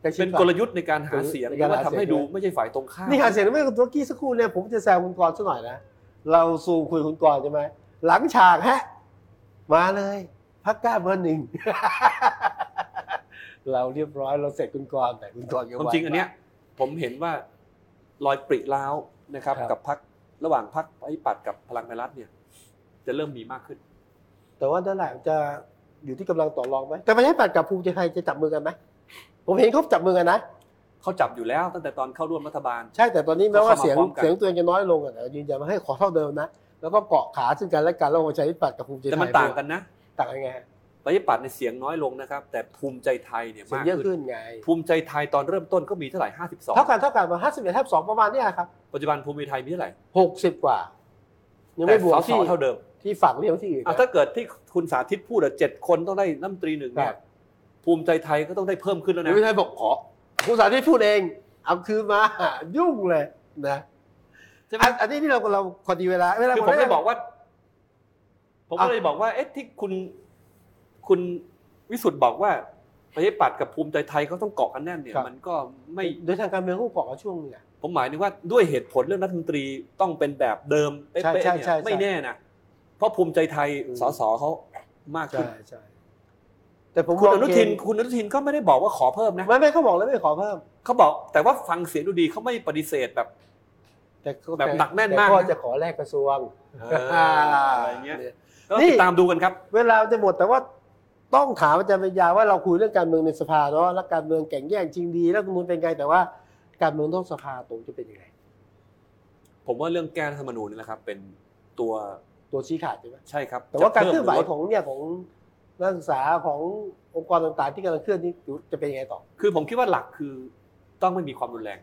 A: ใกล้ชิด
C: เป็น
A: ว่ะ
C: กลยุทธ์ในการหาเสียง
A: ใน
C: เพ
A: การ
C: ราะว่า
A: หาเสียง
C: ทำให้ดูไม่ใช่ฝ่ายตรงข้าม
A: นี่หาเสียงไม่คุณตัวกี้สักครู่เนี่ยผมจะแซวคุณกรณ์สักหน่อยนะเราซูมคุยคุณกรณ์ใช่ไหมหลังฉากฮะ มาเลยพักกล้าเบอร์หนึ่ง *laughs* เราเรียบร้อยเราเสร็จคุณกรณ์แต่คุณกรณ์ยัง
C: ความ
A: ไหว
C: จริงอันเนี้ยผมเห็นว่ารอยปริร้าวนะครับ
A: ครับ
C: กับพักระหว่างพักไอ้ปัดกับพลังประชารัฐเนี่ย จะเริ่มมีมากขึ้น
A: แต่ว่านั่นแหละจะอยู่ที่กำลังต่อรองไหมแต่ประชาธิปัตย์กับภูมิใจไทยจะจับมือกันไหมผมเห็นเขาจับมือกันนะ
C: เขาจับอยู่แล้วตั้งแต่ตอนเข้าร่วมรัฐบาล
A: ใช่แต่ตอนนี้แม้ว่า
C: เขาเข้ามา
A: เสียง
C: พร้อมกัน
A: เสียงตัวเองจะน้อยลงอะแต่ยืนยันว่าให้ขอเท่าเดิมนะ แล้วก็เกาะขาซึ่งกันและกันระหว่างประชาธิปัตย์กับภูมิใจไทย
C: แต่มันต่างกันนะ
A: ต่างยังไงฮะ
C: ประชาธิปัตย์ในยเสียงน้อยลงนะครับ แต่ภูมิใจไทยเนี่ย
A: เสียง
C: มาก
A: เยอะ
C: ขึ้
A: ขึ้
C: น
A: นไง
C: ภูมิใจไทยตอนเริ่มต้นก็มีเท่าไหร่
A: เท่ากันเท่ากันมาห้าสิบเอ็ดทับสองประมาณเนี้ยครับ
C: 52 ปัจจุบันภูมิใจไทยมีเท่าไหร่
A: หกสิบกว่า ยัง
C: แต่
A: ไม่บวก
C: สส
A: ที่
C: เท่าเดิม
A: ที่ฝั่งเรียกที่อื่น
C: อ่ะ
A: นะ
C: ถ้าเกิดที่คุณสาธิตพูดอะเจ็ดคนต้องได้น้ำตรีหนึ่งเนี่
A: ครั
C: ย
A: บ
C: ภูมิใจไทยก็ต้องได้เพิ่มขึ้นแล้ว
A: ภู
C: นะ
A: มิใจไทยบอกขอคุณสาธิตพูดเองเอาคืนมา ยุ่งเลยนะ
C: ใช่ไหม
A: อันอันนี้ที่เราเราพอดีเวลาเวลา
C: คือ
A: ห
C: ผม ม
A: ด
C: เล
A: แล้
C: ยว บอกว่า ผมก็เลยบอกว่า เอ๊ะที่คุณ คุณวิสุทธ์บอกว่าประชาธิปัตย์กับภูมิใจไทยเขาต้องเกาะกันแน่นเนี่ย
A: ครับ
C: มันก็ไม่
A: โดยทางการเมืองเขาบอกว่าช่วงหนึงอะ
C: ผมหมายถึงว่าด้วยเหตุผลเรื่องรัฐมนตรีต้องเป็นแบบเดิมเป๊ะๆ
A: ใช่ใช่ใช่ใช่
C: เนี่ยไม่แน่นะเพราะภูมิใจไทย
A: อืม
C: สสเขามาก
A: ใช่
C: ขึ้น
A: ใช่แต่ผม
C: คุณ
A: ม
C: อง นุทิน
A: เกณฑ์
C: คุณอนุทินก็ไม่ได้บอกว่าขอเพิ่มนะ
A: ไม่ไม่เขาบอกแล้วไม่ขอเพิ่ม
C: เขาบอก แต่ว่าฟังเสียงดูดีเขาไม่ปฏิเสธแบบ
A: แต่ก็
C: แบบหนักแน่นมาก
A: ต่ก็
C: นะ
A: จะขอแลกกระทรวง
C: อะไรเงี้ยก็ติดตามดูกันครับ
A: เวลาจะหมดแต่ว่าต้องถามอาจารย์ปัญญาว่าเราคุยเรื่องการเมืองในสภาเนาะแล้วการเมืองแข่งแย่งจริงดี แล้วมูลเป็นไงแต่ว่า การเมืองนอกสภาตรงจะเป็นยังไง
C: ผมว่าเรื่องแก้รัฐธรรมนูญนี่แหละครับ เป็นตัว
A: ตัวชี้ขาดใช่ไหม
C: ใช่ครับ
A: แต่ว่าการ
C: จะ
A: เคลื่อนไหว
C: พิ่มรืลด
A: ของเนี่ยของนักศึกษาขององค์กรต่างๆ ที่กำลังเคลื่อนนี่จะเป็นยังไงต่อ
C: คือผมคิดว่าหลักคือต้องไม่มีความรุนแรง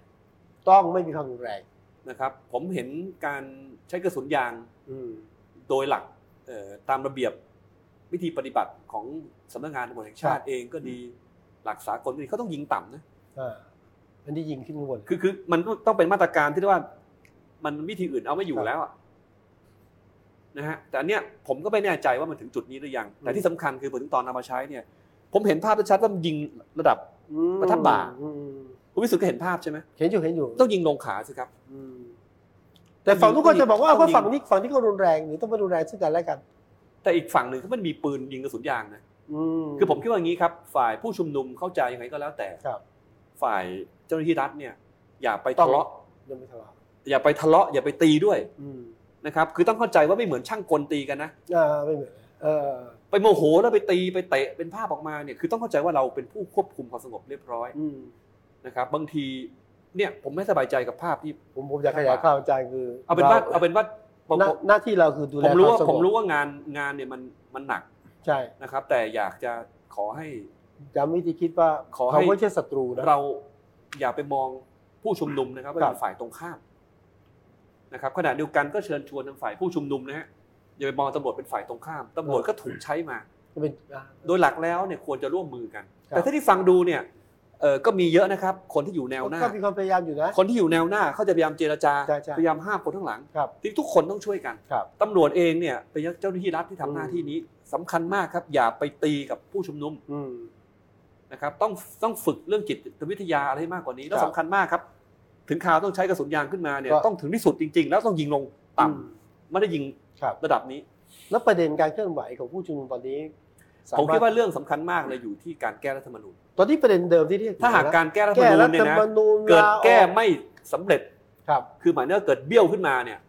A: ต้องไม่มีความรุนแรง
C: นะครับ ผมเห็นการใช้กระสุนยาง
A: อืม
C: โดยหลักเอ่อตามระเบียบวิธีปฏิบัติของสำนักงานตำรวจแห่งชาติเองก็ดีหลักสากลก็ดีเขาต้องยิงต่ำนะ
A: อ่าอันนี้ยิงขึ้นข้างบน
C: คือคือมันต้องเป็นมาตรการที่เรียกว่า มันวิธีอื่นเอาไม่อยู่แล้วอะ นะฮะแต่อันเนี้ยผมก็ไม่แน่ใจว่ามันถึงจุดนี้หรือยัง แต่ที่สำคัญคือพอถึงตอนนำมาใช้เนี่ย ผมเห็นภาพชัดๆว่ามันยิงระดับ
A: อืม
C: ประทับบ่า
A: อืม
C: คุณวิสุทธ์ก็เห็นภาพใช่ไหม
A: เห็นอยู่เห็นอยู่
C: ต้องยิงลงขาสิครับ
A: อืมแต่ฝั่งทุกคนจะบอกว่า
C: ต้องยิง
A: ก็ฝั่งนี้ฝั่งนี้ก็รุนแรงหรือต้องไปรุนแรงซึ่งกันและกัน
C: แต่อีกฝั่งหนึ่งเขามันมีปืนยิงกระสุนยางนะ
A: ม
C: คือผมคิดว่าอย่างนี้ครับ ฝ่ายผู้ชุมนุมเข้าใจยังไงก็แล้วแต่
A: ครับ
C: ฝ่ายเจ้าหน้าที่รัฐเนี่ย อย่าไป
A: ต้อง
C: ทะเลาะ
A: ยังไม่ทะเลาะ
C: อย่าไปทะเลาะอย่าไปตีด้วย
A: อืม
C: นะครับ คือต้องเข้าใจว่าไม่เหมือนช่างกลตีกันนะ
A: อ่าไม่เหมือนเออ
C: ไปโมโหแล้วไปตีไปเตะเป็นภาพออกมาเนี่ยคือต้องเข้าใจว่าเราเป็นผู้ควบคุมความสงบเรียบร้อย
A: อืม
C: นะครับ บางทีเนี่ยผมไม่สบายใจกับภาพที่
A: ผมผมอยากขยายความอาจารย์คือ
C: เอาเป็นว่า
A: เรา
C: เอาเป็นว่าผม
A: หน้า
C: ผม
A: หน้าที่เราคือดูแล
C: ผมรู้
A: ค
C: ว่า
A: สงบ
C: ผมรู้ว่างานงานเนี่ยมันมันหนัก
A: ใช่
C: นะครับ แต่อยากจะขอให้
A: ย้ำวิธีคิดว่า
C: ขอให้
A: เขาไม่ใช่ศัตรูนะ
C: เราอย่าไปมองผู้ชุมนุมนะครับว่า
A: ครับ
C: เป็นฝ่ายตรงข้ามนะครับขณะเดียวกันก็เชิญชวนทางฝ่ายผู้ชุมนุมนะฮะอย่าไปมองตำรวจเป็นฝ่ายตรงข้ามตำรวจก็ถูกใช้มา
A: เป็นอ่า
C: โดยหลักแล้วเนี่ยควรจะร่วมมือกัน
A: ครับ
C: แต่ถ้าที่ฟังดูเนี่ยเออก็มีเยอะนะครับ คนที่อยู่แนวหน้า
A: ก็มีความพยายามอยู่นะ
C: คนที่อยู่แนวหน้าเขาจะพยายามเจรจา
A: ใช่ใช่
C: พยายามห้ามคนข้างหลัง
A: ครับ
C: ที่ทุกคนต้องช่วยกัน
A: ครับ
C: ตำรวจเองเนี่ยเป็นเจ้าหน้าที่รัฐที่ทำหน้าที่นี้สำคัญมากครับ อย่าไปตีกับผู้ชุมนุม
A: อืม
C: นะครับ ต้องต้องฝึกเรื่องจิตวิทยาอะไรให้มากกว่านี้ แล้
A: ค
C: ว
A: รับ
C: สำคัญมากครับ ถึงข่าวต้องใช้กระสุนยางขึ้นมาเนี่ย
A: ก็
C: ต้องถึงที่สุดจริง ๆ แล้วต้องยิงลงต่
A: อืม
C: ำไม่ได้ยิง
A: ครับ
C: ระดับนี้
A: แล้วประเด็นการเคลื่อนไหวของผู้ชุมนุมตอนนี้ส
C: ผม
A: รถ
C: คิดว่าเรื่องสำคัญมากเลยอยู่ที่การแก้รัฐธรรมนูญ
A: ตอนนี้ประเด็นเดิมที่เรียก
C: ถ้าหากการแก้รัฐธรร
A: แก้
C: มนู
A: รั
C: ญ
A: ฐ
C: เนี่
A: ธร
C: ยนะ
A: รมนูญ
C: เกิด
A: ลาออ
C: แก้ไม่สำเร็จ
A: ครับ
C: คือหมายถึงว่าเกิดเบี้ยวขึ้นมาเนี่ย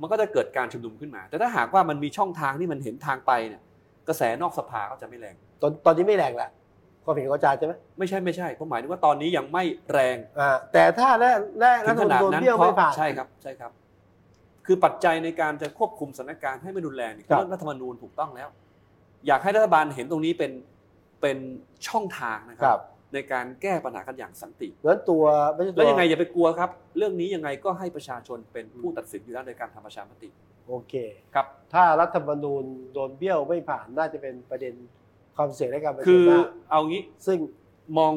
C: มันก็จะเกิดการชุมนุมขึ้นมา แต่ถ้าหากว่ามันมีช่องทางที่มันเห็นทางไปเนี่ยกระแสนอกสภาก็จะไม่แรง
A: ตอนตอนนี้ไม่แรงละความเห็นของอาจารย์ใช่ไหม
C: ไม่ใช่ไม่ใช่ผมหมายถึงว่าตอนนี้ยังไม่แรง
A: อ่าแต่ถ้าและและ
C: ถึ
A: รัฐ
C: ง
A: ธรรม
C: ขนาด
A: นูญ
C: นั้น
A: เบี้ยว
C: เพ
A: ไม่
C: ราะ
A: ผ่าน
C: ใช่ครับใช่ครับ คือปัจจัยในการจะควบคุมสถานการณ์ให้ไม่รุนแรงเนี่ย
A: ครับ
C: เรื่องรัฐธรรมนูญถูกต้องแล้ว อยากให้รัฐบาลเห็นตรงนี้เป็นเป็นช่องทางนะค
A: ค
C: รั
A: รับ บ
C: ในการแก้ปัญหากันอย่างสันติ
A: งั้นตัวไม่ใช่ตัว
C: แล้วยังไงอย่าไปกลัวครับ เรื่องนี้ยังไงก็ให้ประชาชนเป็นผู้ตัดสินอยู่แล้วในการทำประชามติ
A: โอเค
C: ครับ
A: ถ้ารัฐธรรมนูญโดนเบี้ยวไม่ผ่านน่าจะเป็นประเด็นความเสี่ยงในการประ
C: คื
A: ชุมห
C: อ
A: น้า
C: เอางี้
A: ซึ่ง
C: มอง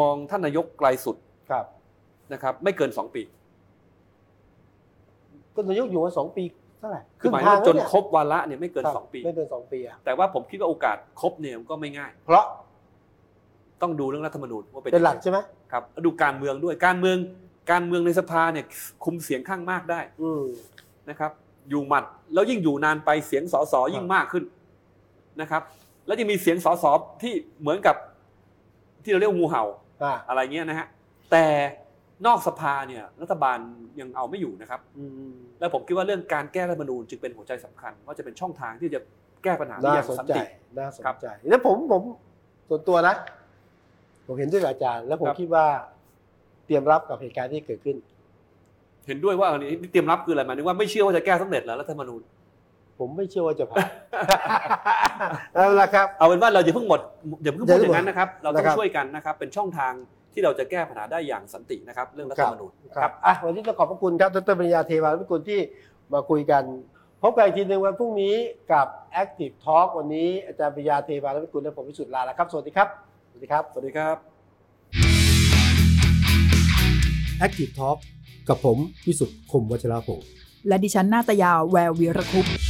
C: มองท่านนายกไกลสุด
A: ครับ
C: นะครับ ไม่เกินสองปี
A: ก็นายกอยู่มาสองปีเท่าไหร่
C: คือหมายว่า
A: รึ่ง
C: จ
A: ท
C: น
A: งแล้
C: ครบวาระเนี่ยไม่เกิน
A: ครับ
C: สองปี
A: ไม่เกินสองปีอะ
C: แต่ว่าผมคิดว่าโอกาสครบเนี่ยมันก็ไม่ง่าย
A: เพราะ
C: ต้องดูเรื่องรัฐธรรมนูญว่าเป็น
A: เป็นหลัก
C: ยังไง
A: ใช่ไหม
C: ครับแล้วดูการเมืองด้วยการเมืองการเมืองในสภาเนี่ยคุมเสียงข้างมากได้
A: อืม
C: นะครับ อยู่หมัดแล้วยิ่งอยู่นานไปเสียงสสยิ่งมากขึ้นนะครับ แล้วจะมีเสียงสสที่เหมือนกับที่เราเรียกว่างูเห่า
A: อ่า
C: อะไรเงี้ยนะฮะแต่นอกสภาเนี่ยรัฐบาลยังเอาไม่อยู่นะครับ
A: อืม
C: และผมคิดว่าเรื่องการแก้รัฐธรรมนูญจึงเป็นหัวใจสำคัญว่าจะเป็นช่องทางที่จะแก้ปัญหาได้อ
A: น่า
C: ย่าง
A: สน
C: สัน
A: ใจ
C: ติ
A: น่าสน
C: ครับ
A: ใจ แล้วผมผมส่วนตัวนะ ผมเห็นด้วยกับอาจารย์ แล้วผม
C: ครับ
A: คิดว่า เตรียมรับกับเหตุการณ์ที่เกิดขึ้น
C: เห็นด้วยว่าอันนี้เตรียมรับคืออะไรหมายถึงว่าไม่เชื่อว่าจะแก้สำเร็จแล้วรัฐธรรมนูญ
A: ผมไม่เชื่อว่าจะ
C: *laughs*
A: ผ่าน เอาละครับ
C: เอาเป็นว่าเราอย่าเพิ่งหมดอย่าเพิ่งพูดอย่างนั้นนะครับ เราต้อ
A: นะครั
C: ง
A: บ
C: ช่วยกันนะครับ เป็นช่องทางที่เราจะแก้ปัญหาได้อย่างสันตินะครับ เรื่องรัฐธรรมนูญ
A: ครับ อ่ะ วันนี้ต้องขอบพระคุณครับ ดรปริญญาเทวานุกุลที่มาคุยกัน พบกันอีกทีหนึ่งวันพรุ่งนี้กับ Active Talk วันนี้อาจารย์ปริญญาเทวานุกุลและผมวิสุทธิ์ลาแล้วครับ สวัสดีครับ สวัสดีครับ
C: สวัสดีครับ
A: Active Talk กับผมวิสุทธิ์คมวัชราภง
B: และดิฉันนาตยาแวววีรคุปต์